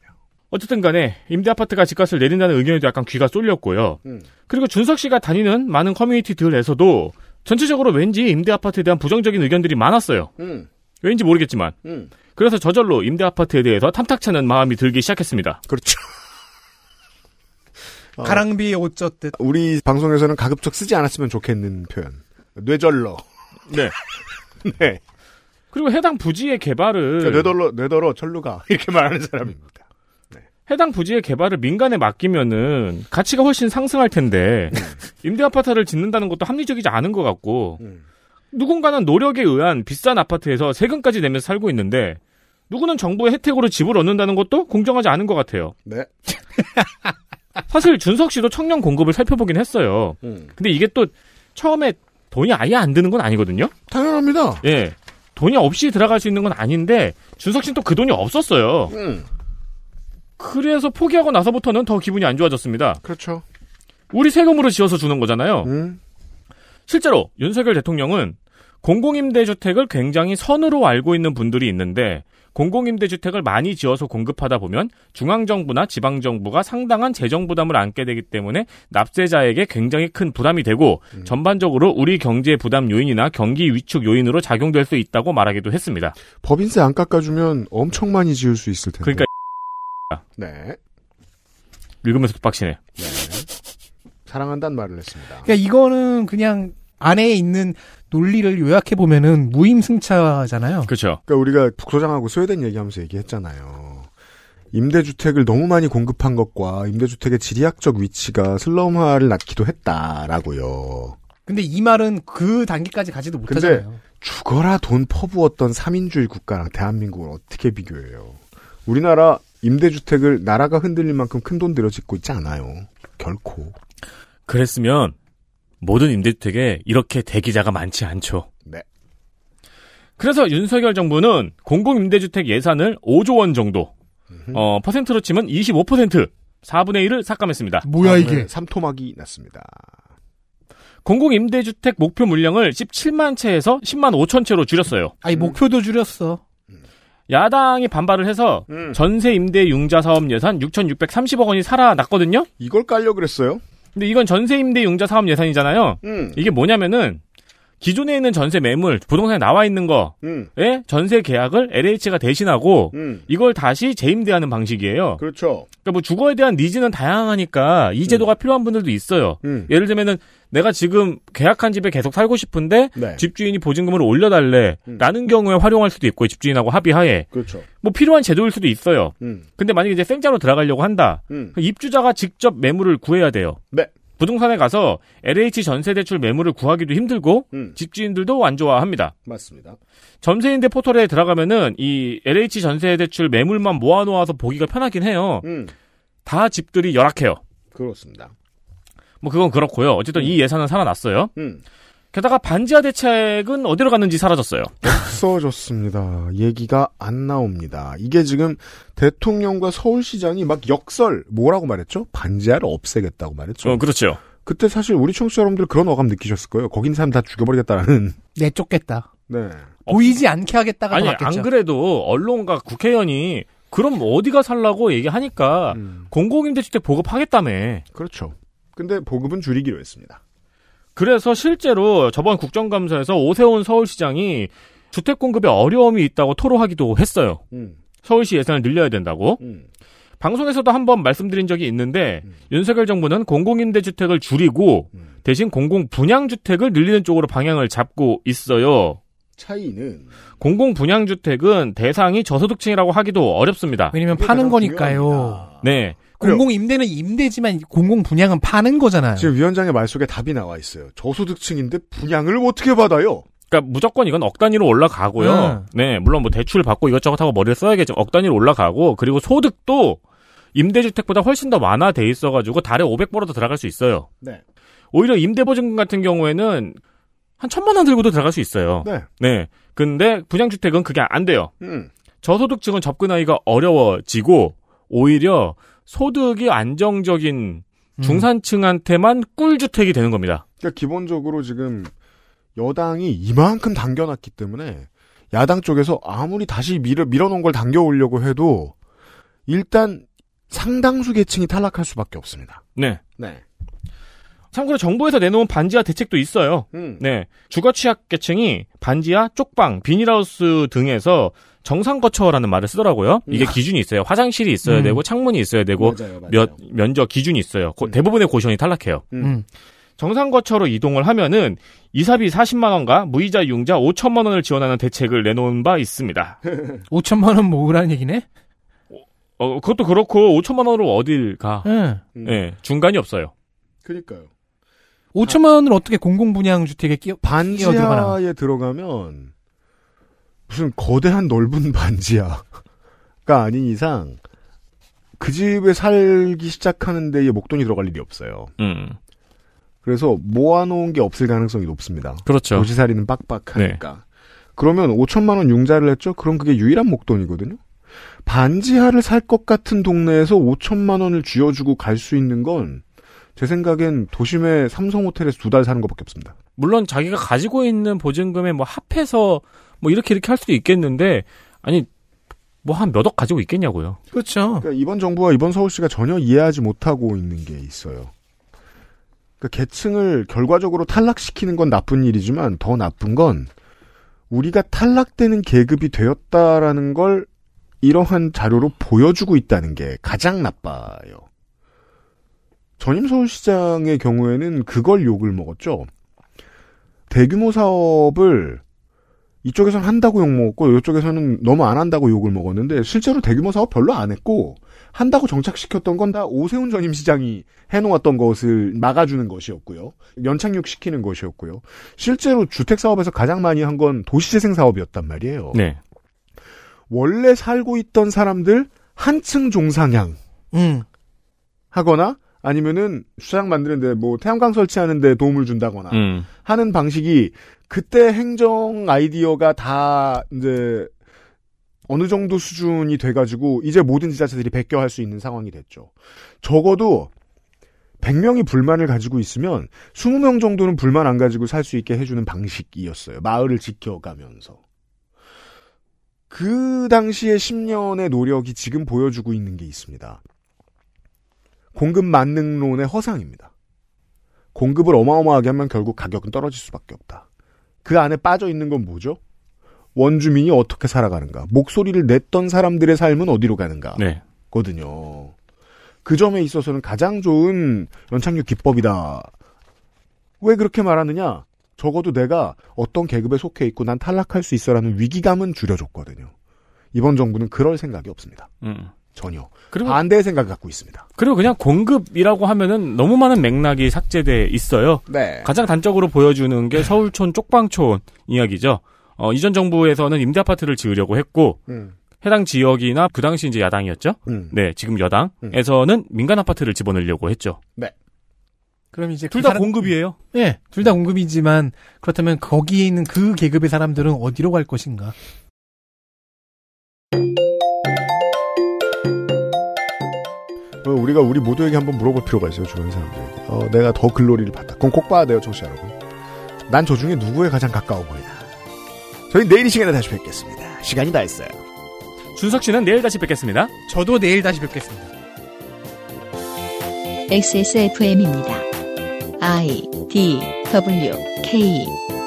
어쨌든 간에 임대 아파트가 집값을 내린다는 의견에도 약간 귀가 쏠렸고요. 음. 그리고 준석 씨가 다니는 많은 커뮤니티들에서도 전체적으로 왠지 임대 아파트에 대한 부정적인 의견들이 많았어요. 음, 왠지 모르겠지만. 음. 그래서 저절로 임대 아파트에 대해서 탐탁찮은 마음이 들기 시작했습니다. 그렇죠. 어. 가랑비에 옷 젖듯. 우리 방송에서는 가급적 쓰지 않았으면 좋겠는 표현. 뇌절러. 네. 네. 그리고 해당 부지의 개발을 그러니까 뇌덜러, 뇌덜어 철루가 이렇게 말하는 음. 사람입니다. 해당 부지의 개발을 민간에 맡기면은 가치가 훨씬 상승할 텐데 임대 아파트를 짓는다는 것도 합리적이지 않은 것 같고 음. 누군가는 노력에 의한 비싼 아파트에서 세금까지 내면서 살고 있는데 누구는 정부의 혜택으로 집을 얻는다는 것도 공정하지 않은 것 같아요. 네. 사실 준석 씨도 청년 공급을 살펴보긴 했어요. 근데 이게 또 처음에 돈이 아예 안 드는 건 아니거든요. 당연합니다. 예. 돈이 없이 들어갈 수 있는 건 아닌데 준석 씨는 또 그 돈이 없었어요. 음. 그래서 포기하고 나서부터는 더 기분이 안 좋아졌습니다. 그렇죠. 우리 세금으로 지어서 주는 거잖아요. 음. 실제로 윤석열 대통령은 공공임대주택을 굉장히 선으로 알고 있는 분들이 있는데 공공임대주택을 많이 지어서 공급하다 보면 중앙정부나 지방정부가 상당한 재정 부담을 안게 되기 때문에 납세자에게 굉장히 큰 부담이 되고 음. 전반적으로 우리 경제 부담 요인이나 경기 위축 요인으로 작용될 수 있다고 말하기도 했습니다. 법인세 안 깎아주면 엄청 많이 지을 수 있을 텐데. 그러니까 네. 읽으면서도 빡치네. 사랑한다는 말을 했습니다. 그러니까 이거는 그냥 안에 있는 논리를 요약해 보면은 무임승차잖아요. 그렇죠. 그러니까 우리가 북소장하고 스웨덴 얘기하면서 얘기했잖아요. 임대주택을 너무 많이 공급한 것과 임대주택의 지리학적 위치가 슬럼화를 낳기도 했다라고요. 근데 이 말은 그 단계까지 가지도 근데 못하잖아요. 죽어라 돈 퍼부었던 3인주의 국가랑 대한민국을 어떻게 비교해요? 우리나라 임대주택을 나라가 흔들릴 만큼 큰 돈 들여 짓고 있지 않아요. 결코. 그랬으면 모든 임대주택에 이렇게 대기자가 많지 않죠. 네. 그래서 윤석열 정부는 공공임대주택 예산을 5조 원 정도, 어, 퍼센트로 치면 25%, 4분의 1을 삭감했습니다. 뭐야 다음에 이게? 삼토막이 났습니다. 공공임대주택 목표 물량을 17만 채에서 10만 5천 채로 줄였어요. 아니 목표도 줄였어. 야당이 반발을 해서 전세 임대 융자 사업 예산 6,630억 원이 살아났거든요? 이걸 깔려 그랬어요? 근데 이건 전세 임대 융자 사업 예산이잖아요? 음. 이게 뭐냐면은, 기존에 있는 전세 매물, 부동산에 나와 있는 거에 음. 전세 계약을 LH가 대신하고, 음. 이걸 다시 재임대하는 방식이에요. 그렇죠. 그러니까 뭐 주거에 대한 니즈는 다양하니까 이 제도가 필요한 분들도 있어요. 음. 예를 들면은 내가 지금 계약한 집에 계속 살고 싶은데 네. 집주인이 보증금을 올려달래라는 음. 경우에 활용할 수도 있고 집주인하고 합의하에 그렇죠. 뭐 필요한 제도일 수도 있어요. 음. 근데 만약에 이제 생자로 들어가려고 한다. 음. 그 입주자가 직접 매물을 구해야 돼요. 네. 부동산에 가서 LH 전세대출 매물을 구하기도 힘들고 음, 집주인들도 안 좋아합니다. 맞습니다. 전세인대 포털에 들어가면은 이 LH 전세대출 매물만 모아놓아서 보기가 편하긴 해요. 음, 다 집들이 열악해요. 그렇습니다. 뭐 그건 그렇고요. 어쨌든 이 예산은 살아났어요. 음, 게다가 반지하 대책은 어디로 갔는지 사라졌어요. 없어졌습니다. 얘기가 안 나옵니다. 이게 지금 대통령과 서울시장이 막 역설, 뭐라고 말했죠? 반지하를 없애겠다고 말했죠. 어, 그렇죠. 그때 사실 우리 청취자 여러분들 그런 어감 느끼셨을 거예요. 거긴 사람 다 죽여버리겠다라는. 내쫓겠다. 네. 보이지 않게 하겠다가 아니 더 낫겠죠. 안 그래도 언론과 국회의원이 그럼 어디가 살라고 얘기하니까 음, 공공임대주택 보급하겠다며. 그렇죠. 근데 보급은 줄이기로 했습니다. 그래서 실제로 저번 국정감사에서 오세훈 서울시장이 주택 공급에 어려움이 있다고 토로하기도 했어요. 음, 서울시 예산을 늘려야 된다고. 음, 방송에서도 한번 말씀드린 적이 있는데 음. 윤석열 정부는 공공임대주택을 줄이고 음. 대신 공공 분양주택을 늘리는 쪽으로 방향을 잡고 있어요. 차이는 공공 분양주택은 대상이 저소득층이라고 하기도 어렵습니다. 왜냐면 이게 파는 가장 거니까요. 중요합니다. 네. 그래요. 공공 임대는 임대지만 공공 분양은 파는 거잖아요. 지금 위원장의 말 속에 답이 나와 있어요. 저소득층인데 분양을 어떻게 받아요? 그러니까 무조건 이건 억 단위로 올라가고요. 네, 물론 뭐 대출 받고 이것저것 하고 머리를 써야겠죠. 억 단위로 올라가고 그리고 소득도 임대주택보다 훨씬 더 완화돼 있어가지고 달에 500벌어도 들어갈 수 있어요. 네. 오히려 임대보증금 같은 경우에는 한 천만 원 들고도 들어갈 수 있어요. 네. 네. 근데 분양주택은 그게 안 돼요. 음. 저소득층은 접근하기가 어려워지고 오히려 소득이 안정적인 음. 중산층한테만 꿀주택이 되는 겁니다. 그러니까 기본적으로 지금 여당이 이만큼 당겨놨기 때문에 야당 쪽에서 아무리 다시 밀어, 밀어놓은 걸 당겨오려고 해도 일단 상당수 계층이 탈락할 수밖에 없습니다. 네. 네. 참고로 정부에서 내놓은 반지하 대책도 있어요. 음. 네. 주거 취약 계층이 반지하, 쪽방, 비닐하우스 등에서 정상 거처라는 말을 쓰더라고요. 이게 기준이 있어요. 화장실이 있어야 음. 되고 창문이 있어야 되고 음. 맞아요, 맞아요. 몇, 면적 기준이 있어요. 고- 음. 대부분의 고시원이 탈락해요. 음. 정상 거처로 이동을 하면은 이사비 40만 원과 무이자 융자 5천만 원을 지원하는 대책을 내놓은 바 있습니다. 5천만 원 모으라는 얘기네. 어, 그것도 그렇고 5천만 원으로 어딜 가? 응. 음. 네, 중간이 없어요. 그러니까요. 5천만 원을 어떻게 공공 분양 주택에 끼워? 반지하에 들어가면 무슨 거대한 넓은 반지하가 아닌 이상 그 집에 살기 시작하는 데에 목돈이 들어갈 일이 없어요. 음, 그래서 모아놓은 게 없을 가능성이 높습니다. 그렇죠. 네. 도시살이는 빡빡하니까. 그러면 5천만 원 융자를 했죠? 그럼 그게 유일한 목돈이거든요? 반지하를 살 것 같은 동네에서 5천만 원을 쥐어주고 갈 수 있는 건, 제 생각엔 도심의 삼성 호텔에서 두 달 사는 것밖에 없습니다. 물론 자기가 가지고 있는 보증금에 뭐 합해서 뭐 이렇게 이렇게 할 수도 있겠는데 아니 뭐 한 몇 억 가지고 있겠냐고요. 그렇죠. 그러니까 이번 정부와 이번 서울시가 전혀 이해하지 못하고 있는 게 있어요. 그러니까 계층을 결과적으로 탈락시키는 건 나쁜 일이지만 더 나쁜 건 우리가 탈락되는 계급이 되었다라는 걸 이러한 자료로 보여주고 있다는 게 가장 나빠요. 전임 서울시장의 경우에는 그걸 욕을 먹었죠. 대규모 사업을 이쪽에서는 한다고 욕먹었고 이쪽에서는 너무 안 한다고 욕을 먹었는데 실제로 대규모 사업 별로 안 했고 한다고 정착시켰던 건 다 오세훈 전임 시장이 해놓았던 것을 막아주는 것이었고요. 연착륙 시키는 것이었고요. 실제로 주택 사업에서 가장 많이 한 건 도시재생 사업이었단 말이에요. 네. 원래 살고 있던 사람들 한층 종상향 응. 하거나 아니면은 주차장 만드는데 뭐 태양광 설치하는데 도움을 준다거나 음. 하는 방식이 그때 행정 아이디어가 다 이제 어느 정도 수준이 돼가지고 이제 모든 지자체들이 베껴할 수 있는 상황이 됐죠. 적어도 100명이 불만을 가지고 있으면 20명 정도는 불만 안 가지고 살 수 있게 해주는 방식이었어요. 마을을 지켜가면서. 그 당시의 10년의 노력이 지금 보여주고 있는 게 있습니다. 공급 만능론의 허상입니다. 공급을 어마어마하게 하면 결국 가격은 떨어질 수밖에 없다. 그 안에 빠져 있는 건 뭐죠? 원주민이 어떻게 살아가는가? 목소리를 냈던 사람들의 삶은 어디로 가는가? 네. 거든요. 그 점에 있어서는 가장 좋은 연착륙 기법이다. 왜 그렇게 말하느냐? 적어도 내가 어떤 계급에 속해 있고 난 탈락할 수 있어라는 위기감은 줄여줬거든요. 이번 정부는 그럴 생각이 없습니다. 음. 전혀. 아. 그리고 반대의 생각을 갖고 있습니다. 그리고 그냥 공급이라고 하면은 너무 많은 맥락이 삭제돼 있어요. 네. 가장 단적으로 보여주는 게 서울촌 쪽방촌 이야기죠. 어, 이전 정부에서는 임대 아파트를 지으려고 했고 음. 해당 지역이나 그 당시 이제 야당이었죠. 음. 네, 지금 여당에서는 민간 아파트를 집어넣으려고 했죠. 그럼 이제 둘 다 공급이에요. 예, 둘 다 공급이지만 그렇다면 거기에 있는 그 계급의 사람들은 어디로 갈 것인가? 어, 우리가 우리 모두에게 한번 물어볼 필요가 있어요, 주변 사람들에게. 어, 내가 더 글로리를 봤다. 그럼 꼭 봐야 돼요, 청취자 여러분. 난 저 중에 누구에 가장 가까워 보이나. 저희 내일 이 시간에 다시 뵙겠습니다. 시간이 다 했어요. 준석 씨는 내일 다시 뵙겠습니다. 저도 내일 다시 뵙겠습니다. XSFM입니다. I D W K